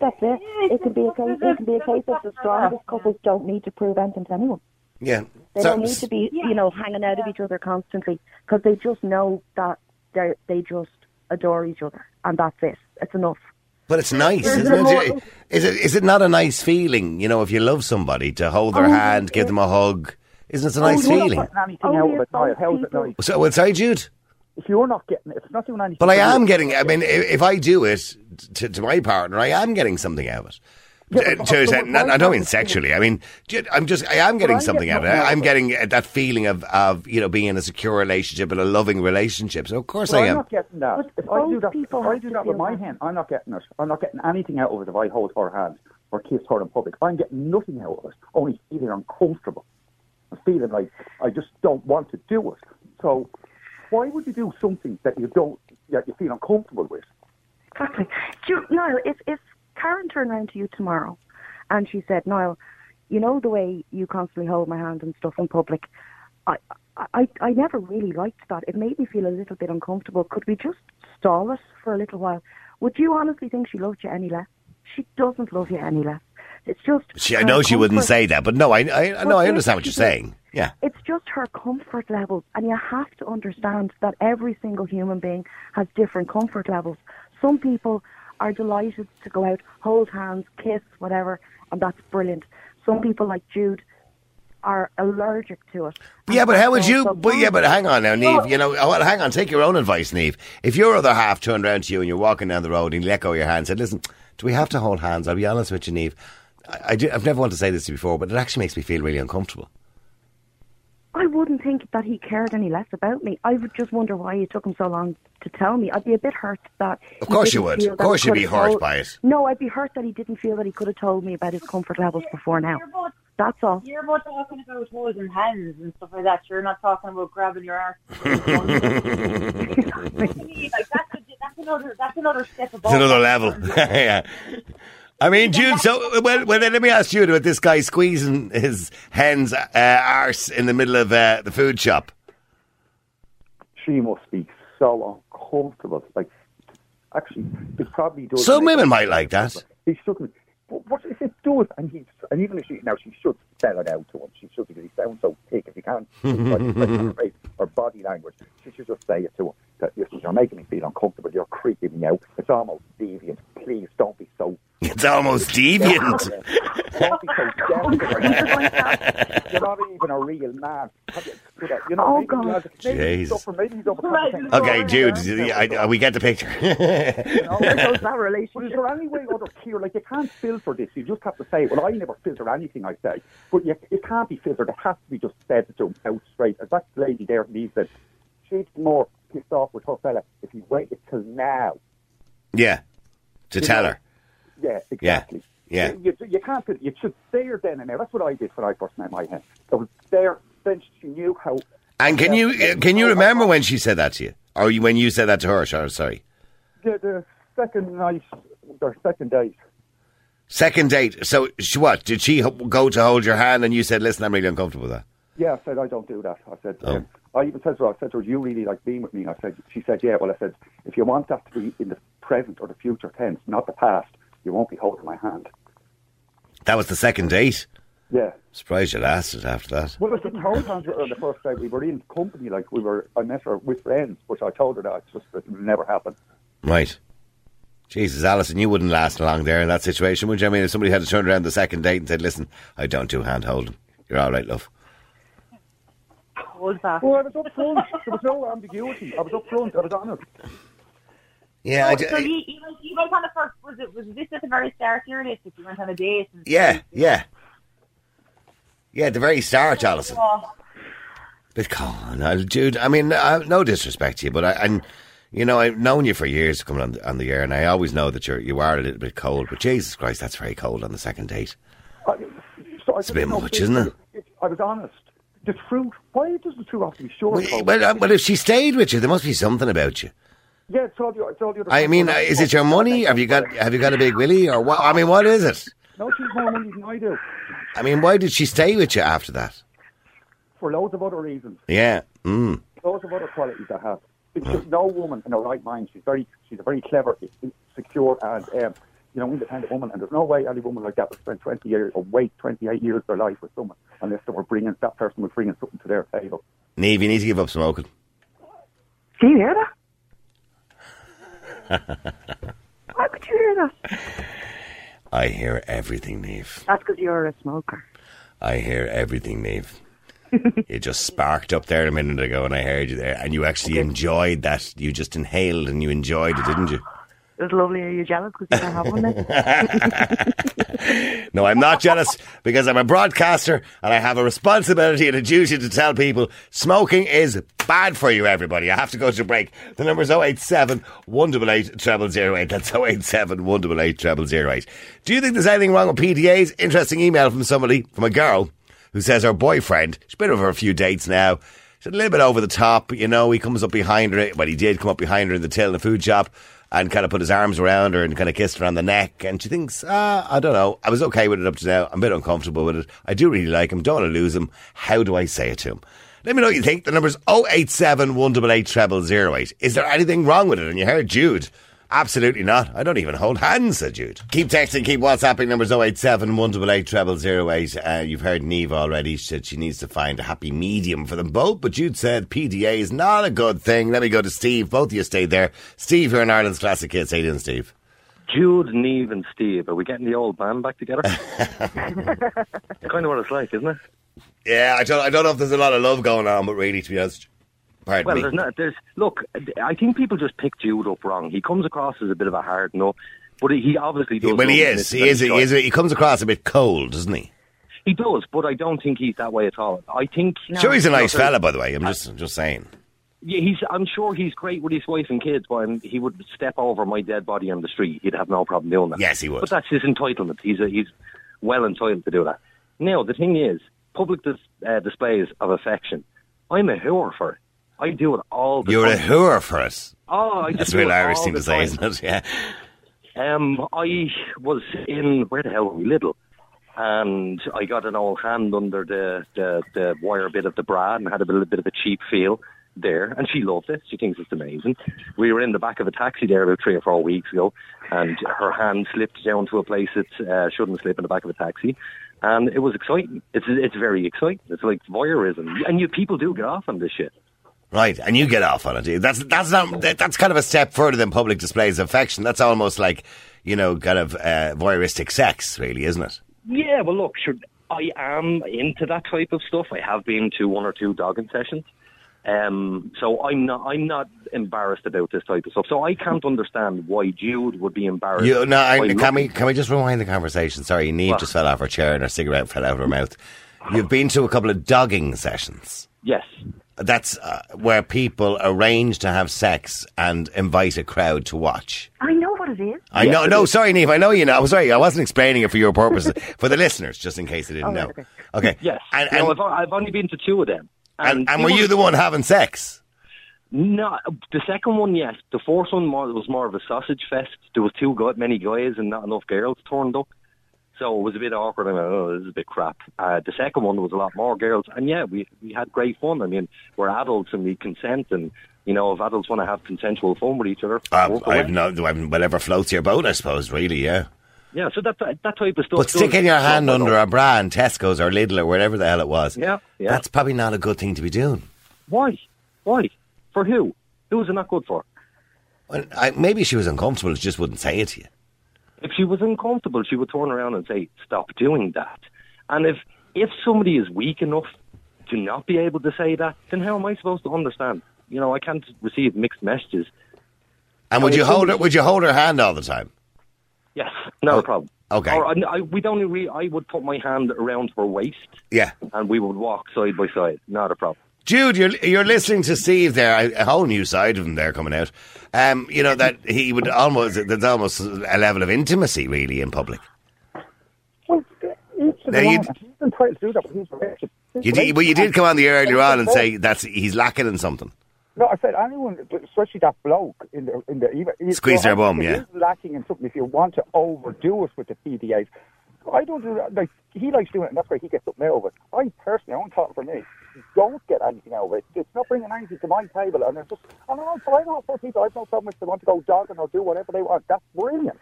E: That's it.
D: Yeah,
E: It can be a case. It can be a case of the strongest couples don't need to prove anything to anyone.
C: Yeah.
E: They
C: So-
E: don't need to be, you know, hanging out of each other constantly because they just know that they they just adore each other, and that's it. It's enough.
C: But it's nice,
D: There's
C: isn't
D: a
C: it?
D: more-
C: Is it is it not a nice feeling? You know, if you love somebody, to hold their
E: Oh,
C: hand,
E: it-
C: give them a hug, isn't it a nice
F: You're not
C: feeling?
F: getting anything
E: Only
F: out of
E: if
F: it, Niall.
E: Oh, both
F: How's it
E: people-
F: like?
C: So, well, sorry, Jude.
F: If you're not getting it, if it's not doing anything.
C: But I
F: for you-
C: am getting. I mean, i- if I do it to, to my partner, I am getting something out of it.
F: Yeah,
C: Uh,
F: but-
C: to a
F: but
C: certain-
F: my
C: I don't mean
F: partner's
C: sexually. I mean, ju- I'm just. I am getting
F: I'm
C: something out
F: getting
C: of it.
F: nothing out
C: I'm
F: of it.
C: getting uh, that feeling of of you know being in a secure relationship and a loving relationship. So of course
F: But
C: I
F: I'm
C: am.
F: not getting that.
E: But
F: if I do
E: both
F: that,
E: people
F: if I
E: have
F: do
E: to
F: that with
E: feel
F: my
E: that.
F: hand, I'm not getting it. I'm not getting anything out of it if I hold her hand. or kiss her in public. I'm getting nothing out of it, only feeling uncomfortable and feeling like I just don't want to do it. So why would you do something that you don't that you feel uncomfortable with?
E: Exactly. Do you, Niall, if, if Karen turned around to you tomorrow and she said, Niall, you know the way you constantly hold my hand and stuff in public, I, I, I- I never really liked that. It made me feel a little bit uncomfortable. Could we just stall it for a little while? Would you honestly think she loved you any less? She doesn't love you any less. It's just.
C: She, I
E: her
C: know she wouldn't
E: comfort-
C: say that, but no, I, I I- no,
E: Well,
C: I
E: yes,
C: understand what
E: she
C: you're
E: does.
C: saying. Yeah,
E: It's just her comfort levels, and you have to understand that every single human being has different comfort levels. Some people are delighted to go out, hold hands, kiss, whatever, and that's brilliant. Some people, like Jude, are allergic to it.
C: But yeah, but how would you?
E: So-
C: But yeah, but uh, hang on now, Neve.
E: Well-
C: You know, oh, well, hang on. Take your own advice, Neve. If your other half turned around to you and you're walking down the road and he let go of your hand and said, "Listen, do we have to hold hands?" I'll be honest with you, Neve. I, I do, I've never wanted to say this to you before, but it actually makes me feel really uncomfortable. (laughs)
E: I wouldn't think that he cared any less about me. I would just wonder why it took him so long to tell me. I'd be a bit hurt that.
C: Of
E: he
C: course you
E: didn't
C: would.
E: feel
C: Of
E: that he
C: course you'd be
E: could've
C: hurt
E: told-
C: by it.
E: No, I'd be hurt that he didn't feel that he could have told me about his comfort levels before now.
D: You're both,
E: That's all.
D: you're both talking about holding hands and stuff like that. You're not talking about grabbing your arse. like
C: (laughs)
D: that's, a, that's another. That's another step above.
C: It's another level. (laughs) yeah. I mean, Jude. So, uh, well, well, then let me ask Jude about this guy squeezing his hen's uh, arse in the middle of uh, the food shop.
F: She must be so uncomfortable. Like, actually, it probably does.
C: Some
F: make
C: women
F: her
C: might like that.
F: uncomfortable. He shouldn't. But what if it does? And he, and even if she now she should spell it out to him. She should because he sounds so thick. If
C: (laughs)
F: he can't, like, or body language, she should just say it to him. That "Listen, you're making me feel uncomfortable. You're creeping me out. It's almost deviant. Please don't be so
C: (laughs) It's
F: (laughs)
C: almost deviant.
F: don't be so desperate. You're not even a real man. Have you- you know- You know,
E: Oh,
F: maybe
E: God.
F: you have- maybe
C: Jeez.
F: he's over- maybe he's over-
C: Okay, Jude. I, I, we get the picture. (laughs)
F: You know,
E: There goes that
F: But is
E: relationship.
F: there any way other here? Like you can't filter this. You just have to say, "Well, I never filter anything I say." But you, it can't be filtered. It has to be just said to him out straight. As that lady there, Lee said, she'd be more pissed off with her fella if he waited till now.
C: Yeah, to tell her.
F: Yeah, exactly.
C: yeah.
F: You, you, you can't. fil- You should there then and there. That's what I did when I first met my hen. I was there. Then she knew how.
C: And can you uh,
F: Yeah.
C: can
D: Oh,
C: you remember when she said that to you, or you, when you said that to her? Sorry, sorry.
F: The, the second night, the second date.
C: Second date. So she, what did she h- go to hold your hand, and you said, "Listen, I'm really uncomfortable with that."
F: Yeah, I said I don't do that. I said
C: Oh.
F: um, I even said to her, I said to her, "Do you really like being with me?" And I said, she said, "Yeah." Well, I said, if you want that to be in the present or the future tense, not the past, you won't be holding my hand.
C: That was the second date.
F: Yeah.
C: Surprised you lasted after that.
F: Well, I didn't hold hands with her on the first day. We were in company, like we were. I met her with friends, but I told her that it's just it would never happen.
C: Right. Jesus, Alison, you wouldn't last long there in that situation, would you? I mean, if somebody had to turn around the second date and said, "Listen, I don't do hand holding. You're all right, love."
D: Hold
F: (laughs)
D: back.
F: Well, I was up front. there was no ambiguity. I was up front. I was honest.
C: Yeah, I d-
D: Oh,
C: uh,
D: so you, you, went, you went on the first. Was it? Was this at the very start of your relationship? You went on a date. And
C: yeah, yeah, yeah. At the very start, Alison.
D: Oh,
C: But come on, I, dude. I mean, I, no disrespect to you, but I and you know I've known you for years coming on the, on the air, and I always know that you're you are a little bit cold. But Jesus Christ, that's very cold on the second date.
F: I, so I
C: a
F: said,
C: bit
F: "No,
C: much,
F: please,
C: isn't it?"
F: I was honest. The truth. Why does the truth have to be short?
C: Well, uh, well, if she stayed with you, there must be something about you.
F: Yeah, it's all the, it's all the other
C: I mean, uh, is it your money? Have you got have you got a big willy or what? I mean, what is it?
F: No, she's more money than I do
C: I mean, why did she stay with you after that?
F: for loads of other reasons,
C: Yeah, mm.
F: loads of other qualities I have. It's just no woman in her right mind. She's very, she's a very clever, secure, and um, you know, independent woman. And there's no way any woman like that would spend 20 years or wait 28 years of their life with someone unless they were bringing that person was bringing something to their table.
C: Neve, you need to give up smoking.
E: Do you hear that? Why could you hear that?
C: I hear everything, Neve.
E: That's because you're a smoker.
C: I hear everything, Neve. you just sparked up there a minute ago, and I heard you there, and you actually enjoyed that. You just inhaled and you enjoyed it, didn't you?
E: It was lovely. Are you jealous because you don't have one? Then?
C: No, I'm not jealous because I'm a broadcaster and I have a responsibility and a duty to tell people smoking is bad for you, everybody. I have to go to break. The number's 087 188 0008. That's 087 188 0008. Do you think there's anything wrong with PDAs? Interesting email from somebody, from a girl, who says her boyfriend, she's been over a few dates now, she's a little bit over the top, you know, he comes up behind her, well, he did come up behind her in the till in the food shop and kind of put his arms around her and kind of kissed her on the neck. And she thinks, ah, I don't know. I was okay with it up to now. I'm a bit uncomfortable with it. I do really like him. Don't want to lose him. How do I say it to him? Let me know what you think. The number's 087 188 0008. Is there anything wrong with it? And you heard Jude. Absolutely not. I don't even hold hands, said Jude. Keep texting, keep WhatsApping. Numbers 087 188 0008. Uh, you've heard Neve already. She said she needs to find a happy medium for them both. But Jude said PDA is not a good thing. Let me go to Steve. Both of you stayed there. Steve, you're in Ireland's Classic Kids. How you doing, Steve?
G: Jude, Neve, and Steve. Are we getting the old band
C: (laughs)
G: back together? kind of what it's like, isn't it?
C: Yeah, I don't, I don't know if there's a lot of love going on, but really, to be honest, pardon
G: Well,
C: me.
G: there's not. There's look. I think people just pick Jude up wrong. He comes across as a bit of a hard no, but he obviously does.
C: well, he
G: love him.
C: is.
G: It's
C: He
G: very
C: is. He
G: short.
C: is. He comes across a bit cold, doesn't he?
G: He does, but I don't think he's that way at all. I think
C: Sure, he's a nice
G: No, sorry.
C: fella, by the way. I'm just, I'm just saying.
G: Yeah, he's. I'm sure he's great with his wife and kids, but i he would step over my dead body on the street. He'd have no problem doing that.
C: Yes, he would.
G: But that's his entitlement. He's a, he's well entitled to do that. Now the thing is, public dis- uh, displays of affection. I'm a whore for it. I do it all the
C: You're a
G: time.
C: hooer for us.
G: Oh, I just
C: That's a
G: do
C: real
G: it
C: Irish
G: all
C: thing
G: the
C: to say,
G: time.
C: isn't it? Yeah.
G: Um, I was in where the hell were we? Little, and I got an old hand under the, the the wire bit of the bra and had a bit, bit of a cheap feel there, and she loved it. She thinks it's amazing. We were in the back of a taxi there about three or four weeks ago, and her hand slipped down to a place it uh, shouldn't slip in the back of a taxi. And it was exciting. It's it's very exciting. It's like voyeurism, and you people do get off on this shit.
C: Right, and you get off on it. That's that's not that, that's kind of a step further than public displays of affection. That's almost like you know, kind of uh, voyeuristic sex, really, isn't it?
G: Yeah, well, look, sure, I am into that type of stuff. I have been to one or two dogging sessions, um, so I'm not I'm not embarrassed about this type of stuff. So I can't understand why Jude would be embarrassed.
C: You no,
G: by
C: I, can
G: looking-
C: we can we just rewind the conversation? Sorry, Neve
G: What?
C: just fell off her chair and her cigarette fell out of her mouth. You've been to a couple of dogging sessions.
G: Yes,
C: That's uh, where people arrange to have sex and invite a crowd to watch.
E: I know what it is.
C: I know. No, sorry, Neve. I know you know. I'm sorry. I wasn't explaining it for your purposes. for the listeners, just in case they didn't
E: Oh,
C: know.
E: right, okay.
C: Okay.
G: yes.
C: And
G: No,
C: and,
G: I've, I've only been to two of them.
C: and, and
G: it
C: were you
G: was-
C: the one having sex?
G: No, the second one, yes. The fourth one more, was more of a sausage fest. There was too go- many guys and not enough girls turned up. So it was a bit awkward. I mean, oh, this is a bit crap. Uh, the second one was a lot more girls. And yeah, we, we had great fun. I mean, we're adults and we consent. And, you know, if adults want to have consensual fun with each other,
C: Um,
G: walk away.
C: I've no, I've- whatever floats your boat, I suppose. Really, yeah.
G: yeah, so that, that, that type of stuff.
C: But
G: does-
C: sticking your hand
G: does-
C: under a bra in Tesco's or Lidl or wherever the hell it was,
G: Yeah, yeah.
C: that's probably not a good thing to be doing.
G: Why? Why? For who? Who was it not good for?
C: Well, I, maybe she was uncomfortable; she just wouldn't say it to you.
G: If she was uncomfortable, she would turn around and say, "Stop doing that." And if if somebody is weak enough to not be able to say that, then how am I supposed to understand? You know, I can't receive mixed messages.
C: And would
G: Well,
C: you
G: if
C: hold her?
G: somebody-
C: Would you hold her hand all the time?
G: Yes, not
C: Oh,
G: a problem.
C: okay.
G: Or I, I, we'd only re- I would put my hand around her waist,
C: Yeah,
G: and we would walk side by side. Not a problem.
C: Jude, you're you're listening to Steve there. I- A whole new side of him there coming out. Um, you know that he would almost there's almost a level of intimacy really in public.
F: Well, each of
C: Now,
F: their
C: you-
F: own. He's entitled to do that with his relationship. His
C: You did, well, you did
F: relationship-
C: come on the air earlier on and say that's he's lacking in something.
F: No, I said anyone, but especially that bloke in the in the even- you-
C: Squeeze
F: so I
C: their bum,
F: think
C: yeah.
F: it is Lacking in something. If you want to overdo it with the PDAs, I don't do that. Like he likes doing it, and that's why he gets something out of it. I personally, I don't talk for me. Don't get anything out of it. It's not bringing anything to my table, and it's just. And I don't, so I don't for people. I've no problem if they want to go dogging or do whatever they want. That's brilliant.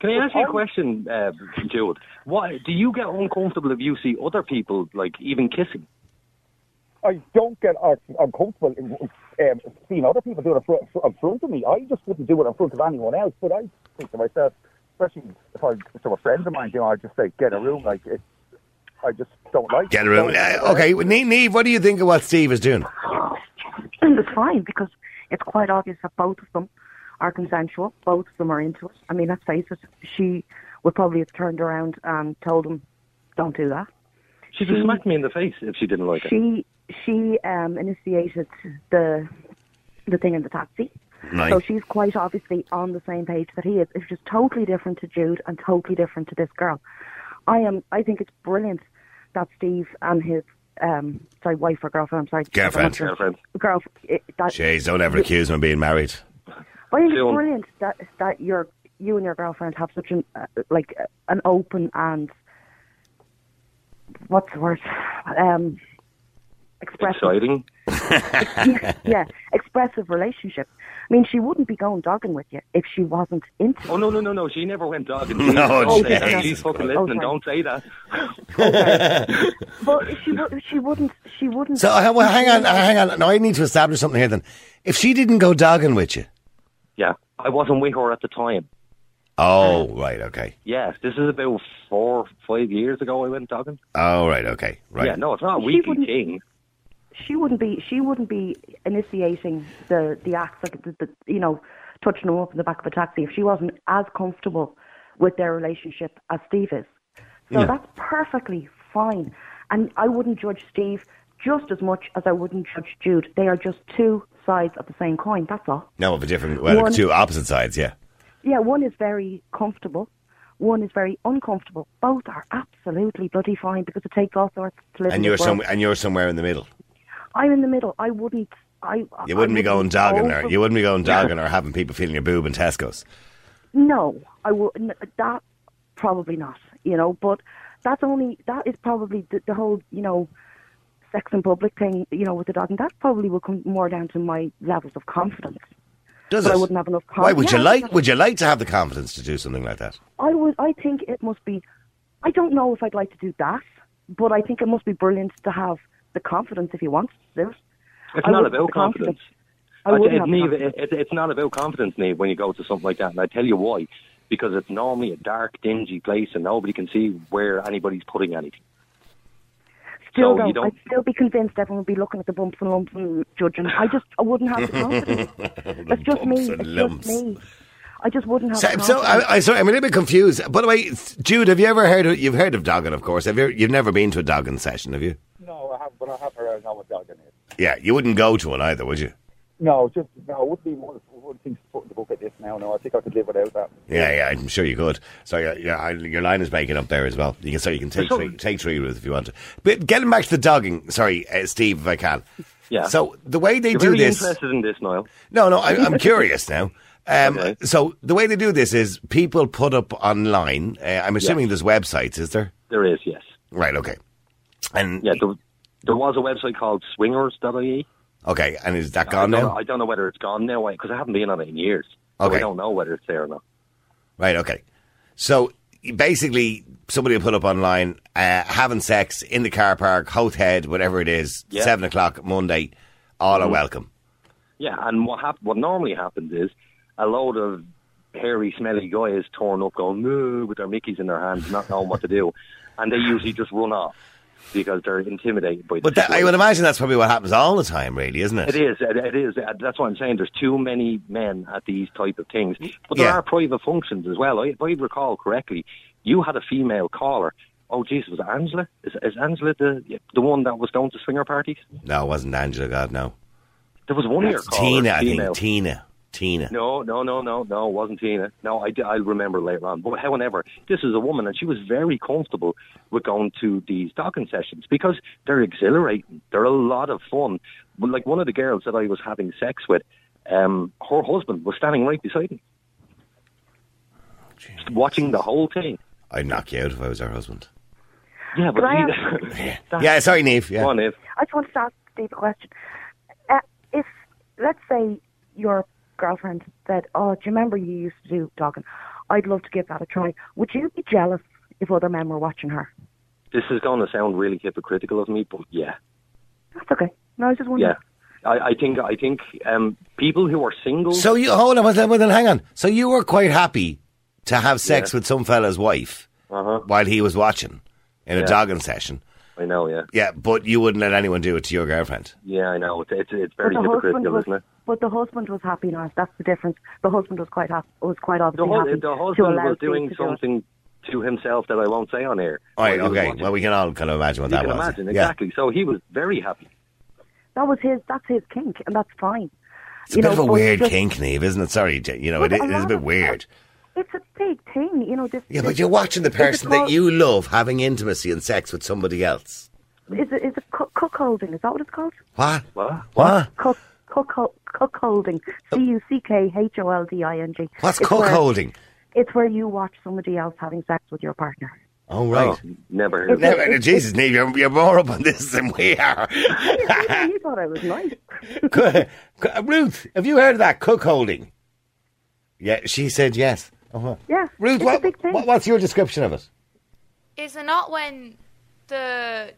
G: Can I ask you a
F: I'm-
G: question, uh, Jude? Why do you get uncomfortable if you see other people like even kissing?
F: I don't get uh, uncomfortable in, um, seeing other people do it in front, in front of me. I just wouldn't do it in front of anyone else. But I think to myself, especially if I'm some of friends of mine, you know, I just say get a room. Like it, I just don't like.
C: Get a room.
F: it.
C: Uh, okay, well, Ne- Neve, what do you think of what Steve is doing?
E: And it's fine because it's quite obvious that both of them are consensual. Both of them are into it. I mean, let's face it, she would probably have turned around and told him, "Don't do that."
G: She'd have smacked me in the face if she didn't like it.
E: She she um, initiated the the thing in the taxi.
C: Right.
E: So she's quite obviously on the same page that he is. It's just totally different to Jude and totally different to this girl. I am. I think it's brilliant that Steve and his um, sorry wife or girlfriend. I'm sorry
C: Girlfriend.
E: I'm not sure.
G: Girlfriend.
E: Girl. It, that,
C: Jeez, don't ever accuse me of being married.
E: I think it's
G: Soon.
E: brilliant that that your you and your girlfriend have such an uh, like uh, an open and what's the word um expressive
G: Exciting.
E: (laughs) yeah expressive relationship. I mean, she wouldn't be going dogging with you if she wasn't into.
G: Oh no no no no! She never went
C: (laughs)
G: dogging.
C: No,
G: don't say
E: Jesus
G: that. She's fucking
E: Christ.
G: listening.
E: Okay.
G: Don't say that.
E: But if she would, she wouldn't. She wouldn't.
C: So uh, well, hang on, uh, hang on. Now I need to establish something here. Then, if she didn't go dogging with you,
G: Yeah, I wasn't with her at the time.
C: oh right, okay,
G: Yeah, this is about four, five years ago. I went dogging.
C: oh right, okay, right.
G: Yeah, no, it's not a
E: She
G: weekly
E: wouldn't-
G: thing.
E: she wouldn't be. She wouldn't be initiating the the acts like the, the you know touching them up in the back of a taxi if she wasn't as comfortable with their relationship as Steve is. So
C: Yeah.
E: that's perfectly fine, and I wouldn't judge Steve just as much as I wouldn't judge Jude. They are just two sides of the same coin. That's all.
C: No, of a different, well,
E: One-
C: two opposite sides. Yeah,
E: Yeah, one is very comfortable, one is very uncomfortable. Both are absolutely bloody fine because it takes all sorts to live. in
C: and
E: this
C: you're
E: world.
C: some, and you're somewhere in the middle.
E: I'm in the middle. I wouldn't. I.
C: You
E: I
C: wouldn't be going dogging
E: over-
C: her. You wouldn't be going dogging her, having people feeling your boob and Tesco's.
E: No, I wouldn't. That probably not. You know, but that's only. That is probably the, the whole. You know, sex in public thing. You know, with the dog, and that probably will come more down to my levels of confidence.
C: Does
E: But
C: it?
E: I wouldn't have enough
C: Why would you
E: confidence.
C: like? Would you like to have the confidence to do something like that?
E: I would. I think it must be. I don't know if I'd like to do that, but I think it must be brilliant to have the confidence if you want to do it.
G: It's
E: I
G: not
E: wouldn't have
G: about
E: the
G: confidence.
E: I
G: It-
E: wouldn't
G: it
E: have
G: need-
E: confidence.
G: it- it's not about confidence, Neve, when you go to something like that. And I tell you why. Because it's normally a dark, dingy place and nobody can see where anybody's putting anything.
E: Still
G: So you
E: don't.
G: don't-
E: I'd still be convinced everyone would be looking at the bumps and lumps and judging. I just, I wouldn't have
G: (laughs)
E: the confidence. That's just me.
C: bumps and
E: It's
C: lumps.
E: just me. I just wouldn't have.
C: So,
E: the
G: uh,
C: so
E: confidence.
C: I, I, sorry, I'm a little bit confused. By the way, Jude, have you ever heard? Of, you've heard of dogging, of course. Have you? You've never been to a dogging session, have you?
F: No, I have, but I have her. I know what dogging is.
C: Yeah, you wouldn't go to one either, would you?
F: No, just no. It would be one, one thing to put in the book at this now. No, I think I could live without that.
C: Yeah, yeah, I'm sure you could. So yeah, yeah, I- your line is breaking up there as well. You can so you can take
G: Sure.
C: three, take three Ruth if you want to. But getting back to the dogging, sorry, uh, Steve, if I can.
G: Yeah.
C: So the way they
G: You're
C: do
G: really
C: this,
G: interested in this, Niall.
C: no, no, I, I'm curious
G: (laughs)
C: now. Um,
G: Okay.
C: So the way they do this is people put up online. Uh, I'm assuming there's websites, is there?
G: There is, yes.
C: Right. Okay. And
G: Yeah, there, there was a website called swingers.ie.
C: okay, and is that
G: I
C: gone
G: don't,
C: now?
G: I don't know whether it's gone now because I haven't been on it in years. So
C: Okay.
G: I don't know whether it's there or not.
C: Right. Okay. So basically, somebody will put up online uh, having sex in the car park, Hothead, whatever it is,
G: Yeah. Mm-hmm.
C: seven o'clock Monday. All are welcome.
G: Yeah, and what hap- what normally happens is a load of hairy, smelly guys torn up, going "Moo," with their mickeys in their hands, not knowing what to do, and they usually just run off because they're intimidated by. the
C: But that, I
G: situation.
C: would imagine that's probably what happens all the time, really, isn't it?
G: It is. It, it is. Uh, That's what I'm saying. There's too many men at these type of things. But there
C: Yeah.
G: are private functions as well. I- If I recall correctly, you had a female caller. Oh, Jesus, was it Angela? Is, is Angela the the one that was going to swinger parties?
C: No, it wasn't Angela. God, no.
G: There was one of your
C: It's
G: callers,
C: Tina, I
G: female.
C: think. Tina. Tina.
G: No, no, no, no, no. It wasn't Tina. No, I, I remember later on. But however, this is a woman, and she was very comfortable with going to these dogging sessions because they're exhilarating. They're a lot of fun. But like one of the girls that I was having sex with, um, her husband was standing right beside me, watching the whole thing.
C: I'd knock you out if I was her husband.
G: Yeah, but
E: Could I
G: (laughs) he, that's
C: yeah, sorry, Neve. Yeah.
G: fun. If
E: I just wanted to ask Steve a question. Uh, if, let's say, your girlfriend said, "Oh, do you remember you used to do dogging? I'd love to give that a try." Would you be jealous if other men were watching her?
G: this is going to sound really hypocritical of me, but yeah,
E: That's okay. No, I was just wondering.
G: yeah. I, I think I think um, people who are single.
C: So you hold on, well then, well then hang on. So you were quite happy to have sex
G: Yeah.
C: with some fella's wife
G: uh-huh,
C: while he was watching in a
G: Yeah.
C: dogging session.
G: I know, yeah.
C: Yeah, but you wouldn't let anyone do it to your girlfriend.
G: Yeah, I know. It's it's, it's
E: But
G: very
E: the husband
G: hypocritical,
E: was,
G: isn't it?
E: but the husband was happy now. That's the difference. The husband was quite happy. Was quite
G: The,
E: obviously
G: hu-
E: happy.
G: the
E: to
G: husband
E: allow
G: was
E: Steve
G: doing
E: to do it.
G: something to himself that I won't say on air.
C: All right,
G: What he was
C: okay.
G: watching.
C: Well, we can all kind of imagine what
G: you
C: that
G: can
C: was.
G: imagine
C: Yeah.
G: exactly. So he was very happy.
E: That was his. That's his kink, and that's fine.
C: It's a bit of a
E: but
C: weird
E: just-
C: kink, Neve, isn't it? Sorry, J- you know,
E: Well,
C: it, i-
E: a
C: it is a
E: lot
C: bit
E: of-
C: weird.
E: It's a big thing, you know. This,
C: Yeah,
E: this-
C: but you're watching the
E: is it
C: person that
E: called-
C: you love having intimacy and sex with somebody else.
E: Is it is it cuck- cuckolding? Is that what it's called?
C: What?
G: What?
C: What? Oh.
E: Cuck cuckold cuckolding. C u c k h o l d i n g.
C: What's
E: It's where-
C: cuckolding?
E: It's where you watch somebody else having sex with
C: (laughs)
E: your partner.
C: Oh, right.
G: Oh, never heard. Of
E: It's-
G: that.
C: Never- Jesus, Neve, you're, you're more up on this than we are.
E: you thought I was nice.
C: Cu- cu- Ruth, have you heard of that cuckolding? Yeah, she said yes. Uh-huh.
E: Yeah,
C: Ruth,
E: it's a
C: what,
E: big thing.
C: what, what's your description of it?
H: Is it not when the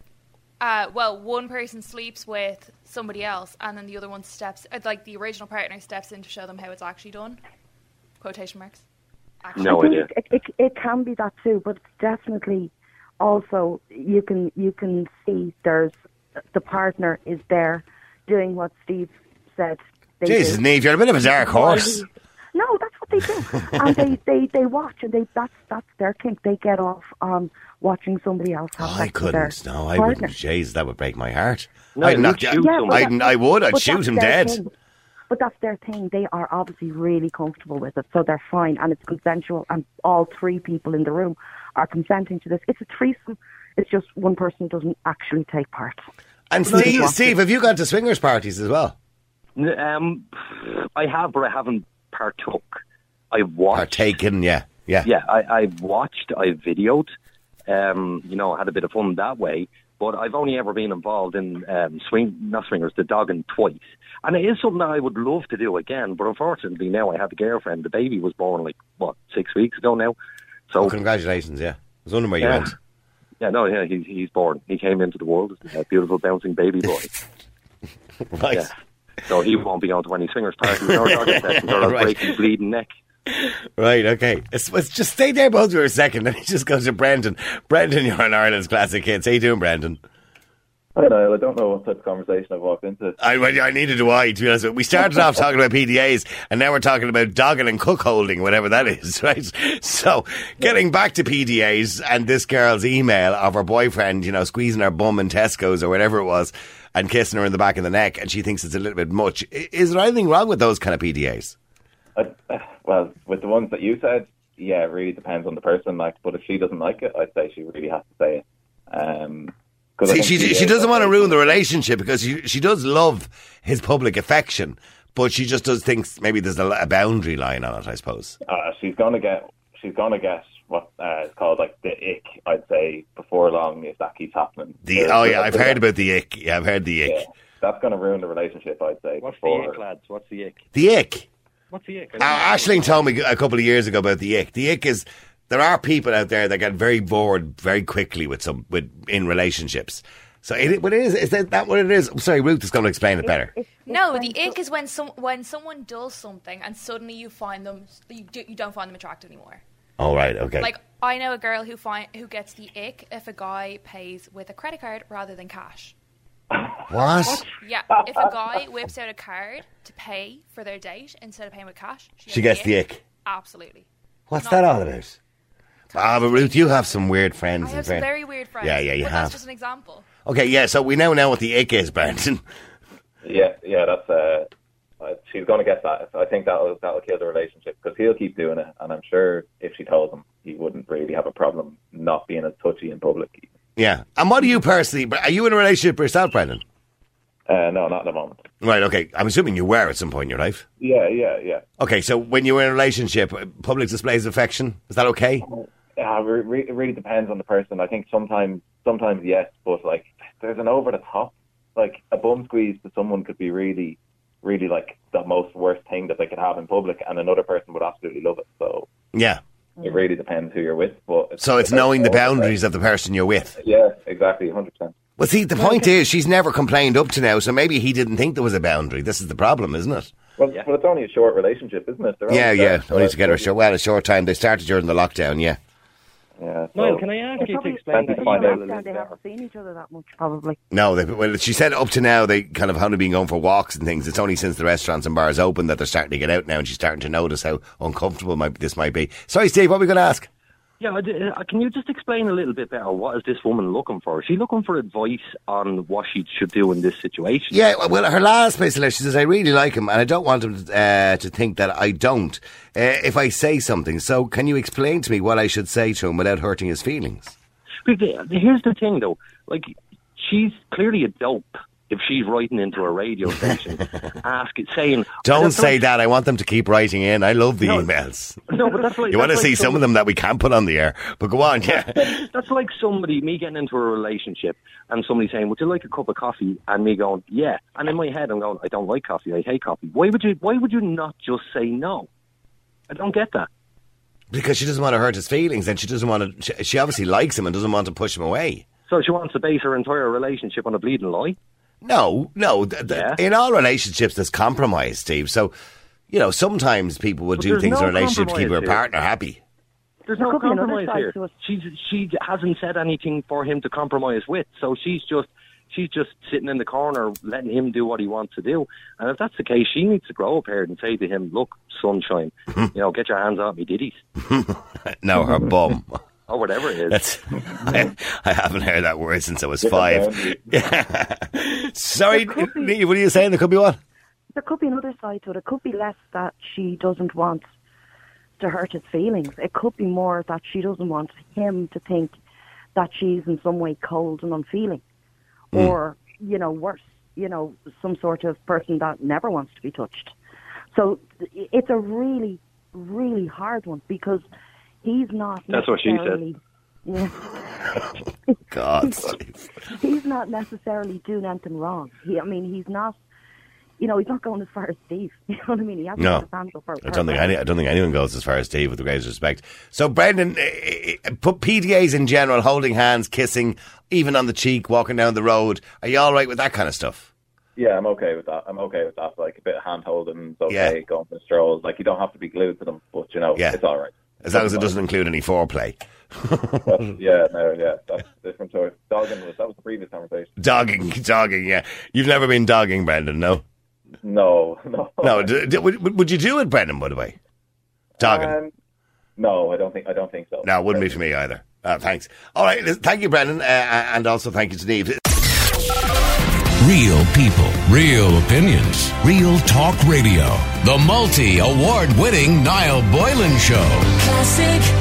H: uh, well one person sleeps with somebody else and then the other one steps uh, like the original partner steps in to show them how it's actually done? Quotation marks. Actually.
G: No
E: I
G: idea.
E: think It, it, it can be that too, but it's definitely also you can you can see there's the partner is there doing what Steve said. They
C: Jesus,
E: do.
C: Neve, you're a bit of a dark horse.
E: No, that's what they do,
C: (laughs)
E: and they, they, they watch and they that's that's their kink. They get off on watching somebody else have
C: Oh,
E: sex
C: I couldn't.
E: With their
C: No, I
E: partner.
C: wouldn't. Jeez, that would break my heart.
G: No,
C: I'd
G: you'd
C: knock
G: shoot
E: Yeah,
G: him.
E: but
G: I-
E: that-
C: I would. I'd
E: but
C: shoot
E: that's
C: him
E: their
C: dead.
E: thing. But that's their thing. They are obviously really comfortable with it, so they're fine, and it's consensual, and all three people in the room are consenting to this. It's a threesome. It's just one person doesn't actually take part.
C: And
E: No,
C: Steve,
E: you-
C: Steve, have you gone to swingers parties as well?
G: N- Um, I have, but I haven't partook. I watched.
C: Partaken, yeah, yeah.
G: Yeah, I, I've watched. I've videoed. Um, you know, I had a bit of fun that way. But I've only ever been involved in um, swing, not swingers, the dogging twice. And it is something that I would love to do again. But unfortunately, now I have a girlfriend. The baby was born like what six weeks ago now. So
C: Oh, congratulations, yeah. I was wondering where you
G: Yeah.
C: went. (laughs)
G: yeah, no, yeah, he's he's born. He came into the world, a beautiful bouncing baby boy.
C: Right.
G: Yeah. So he won't be going to any swingers parties or dogging sessions or a
C: Right.
G: breaking bleeding neck.
C: Right, okay. It's, let's just stay there both of you for a second. Let me just go to Brendan. Brendan, you're on Ireland's Classic Hits. How you doing, Brendan?
F: I know. I don't know what type of conversation I've walked into.
C: I, well, I needed to I, to be honest. with you. We started off talking about PDAs, and now we're talking about dogging and cuckolding, whatever that is, (laughs) right? So, getting back to PDAs and this girl's email of her boyfriend, you know, squeezing her bum in Tesco's or whatever it was, and kissing her in the back of the neck, and she thinks it's a little bit much. I- Is there anything wrong with those kind of PDAs?
F: I, well, with the ones that you said, yeah, it really depends on the person. Like, but if she doesn't like it, I'd say she really has to say it. Um, 'cause I
C: See,
F: think
C: she,
F: the,
C: she
F: uh,
C: doesn't want to ruin the relationship because she, she does love his public affection, but she just does thinks maybe there's a, a boundary line on it, I suppose.
F: Uh, she's gonna get. She's gonna get what uh, is called like the ick. I'd say before long, if that keeps happening.
C: The,
F: So-
C: oh,
F: so
C: yeah, I've
F: that's-
C: heard about the ick. Yeah, I've heard the ick.
F: Yeah, that's gonna ruin the relationship. I'd say.
G: What's the
F: before-
G: ick, lads? What's the ick?
C: The ick.
G: What's the ick? I don't
C: Now,
G: know.
C: Ashling told me a couple of years ago about the ick. The ick is there are people out there that get very bored very quickly with some with in relationships. So it, what it is is that, that what it is? I'm sorry, Ruth is going to explain it better.
E: It's- it's
H: No,
E: when
H: the
E: so-
H: ick is when some when someone does something and suddenly you find them you, do, you don't find them attractive anymore.
C: All right, okay.
H: Like I know a girl who find who gets the ick if a guy pays with a credit card rather than cash.
C: what?
H: Yeah, if a guy whips out a card to pay for their date instead of paying with cash,
C: She gets the ick.
H: Absolutely.
C: What's
H: Not-
C: that all about? Ah, but Ruth, you have some weird friends.
H: I
C: in
H: have some
C: fairness.
H: very weird friends.
C: Yeah, yeah, you
H: but
C: have.
H: That's just an example.
C: Okay, yeah. So we now know what the ick is, Brandon. (laughs)
F: Yeah, yeah, that's uh, uh, she's going to get that. I think that'll that'll kill the relationship because he'll keep doing it, and I'm sure if she told him, he wouldn't really have a problem not being as touchy in public.
C: Yeah. And what do you personally? Are you in a relationship yourself, Brandon?
F: Uh, no, not at the moment.
C: Right. Okay. I'm assuming you were at some point in your life.
F: Yeah, yeah, yeah.
C: Okay. So when you were in a relationship, uh, public displays of affection is that okay?
F: Yeah, re- re- Uh, it really depends on the person. I think sometimes, sometimes yes, but like there's an over the top, like a bum squeeze to someone could be really, really like the most worst thing that they could have in public, and another person would absolutely love it. So
C: Yeah.
F: it really depends who you're with. But
C: So it's knowing the boundaries of the person you're with.
F: Yeah, exactly, hundred percent.
C: Well, see, the point is, she's never complained up to now, so maybe he didn't think there was a boundary. This is the problem, isn't it?
F: Well, well, it's only a short relationship, isn't it? They're
C: Yeah,
F: only
C: yeah.
F: there,
C: Only
F: uh,
C: together a short, well, a short time. They started during the lockdown, yeah.
F: Yeah.
G: Niall,
F: so-
G: can I
E: They
G: ask you to
E: probably-
G: explain that
E: in
F: Find
G: email
F: out
E: the
G: a
F: a
E: lockdown,
G: little bit
E: they
G: better?
E: haven't seen each other that much, probably.
C: No, they, well, she said up to now they kind of haven't been going for walks and things. It's only since the restaurants and bars opened that they're starting to get out now, and she's starting to notice how uncomfortable might, this might be. Sorry, Steve, what were we going to ask?
G: Yeah, I d- uh, can you just explain a little bit better what is this woman looking for? Is she looking for advice on what she should do in this situation?
C: Yeah, well, well, her last piece of letter, she says, I really like him and I don't want him uh, to think that I don't uh, if I say something. So, can you explain to me what I should say to him without hurting his feelings?
G: But uh, the- Here's the thing, though. Like, she's clearly a dope if she's writing into a radio station,
C: (laughs)
G: ask it saying, "Oh,
C: Don't say that. I want them to keep writing in. I love the emails.
G: No, but that's like
C: You want to
G: that's like
C: see some of them that we can't put on the air, but go on, yeah.
G: (laughs) That's like somebody me getting into a relationship and somebody saying, "Would you like a cup of coffee?" and me going, "Yeah." And in my head, I'm going, "I don't like coffee. I hate coffee." Why would you? Why would you not just say no? I don't get that.
C: Because she doesn't want to hurt his feelings and she doesn't want to, she, she obviously likes him and doesn't want to push him away.
G: So she wants to base her entire relationship on a bleeding lie.
C: No, no. Th- th-
G: Yeah.
C: In all relationships, there's compromise, Steve. So, you know, sometimes people will
G: But
C: do
G: there's
C: things in
G: no
C: a relationship to keep
G: compromise
C: their
G: here.
C: partner happy.
G: There's
E: There
G: no
E: could be another
G: compromise
E: side
G: here.
E: to it.
G: She's she hasn't said anything for him to compromise with. So she's just she's just sitting in the corner, letting him do what he wants to do. And if that's the case, she needs to grow up here and say to him, "Look, sunshine, you know, get your hands off me, diddies,
C: No, her
G: (laughs)
C: bum.
G: or whatever it is."
C: (laughs)
E: (laughs)
C: That's, I, I haven't heard that word since I was
I: Get
C: five.
I: down, you-
C: (laughs) Sorry,
E: There could be-
C: Niamh, what are you saying? There could be one.
E: There could be another side to it. It could be less that she doesn't want to hurt his feelings. It could be more that she doesn't want him to think that she's in some way cold and unfeeling,
C: Hmm.
E: or you know, worse, you know, some sort of person that never wants to be touched. So th- it's a really, really hard one because he's not.
G: That's what she said.
E: necessarily- Yeah (laughs)
C: God, Steve.
E: he's not necessarily doing anything wrong. He, I mean, he's not. You know, he's not going as far as Steve. (laughs) You know what I mean? He hasn't
C: No.
E: got his hands up for
C: I don't think any, I don't think anyone goes as far as Steve with the greatest respect. So, Brendan, eh, eh, put PDAs in general, holding hands, kissing, even on the cheek, walking down the road. Are you all right with that kind of stuff?
I: Yeah, I'm okay with that. I'm okay with that. Like a bit of hand holding is
C: Yeah.
I: okay, going for strolls. Like you don't have to be glued to them, but you know,
C: Yeah.
I: it's all right.
C: As long as it doesn't include any foreplay.
I: That's- yeah, no, yeah, that's a different story. Dogging was that was the previous conversation.
C: Dogging, (laughs) dogging, yeah. You've never been dogging, Brendan, no?
I: No, (laughs) no,
C: No, d- d- would, would you do it, Brendan, by the way? Dogging.
I: Um, no, I don't think I don't think so.
C: No, it wouldn't be for me either. Uh, thanks. All right. listen, Thank you, Brendan. Uh, and also thank you to Neve.
A: Real people, real opinions, real talk radio. The multi award winning Niall Boylan Show.
B: Classic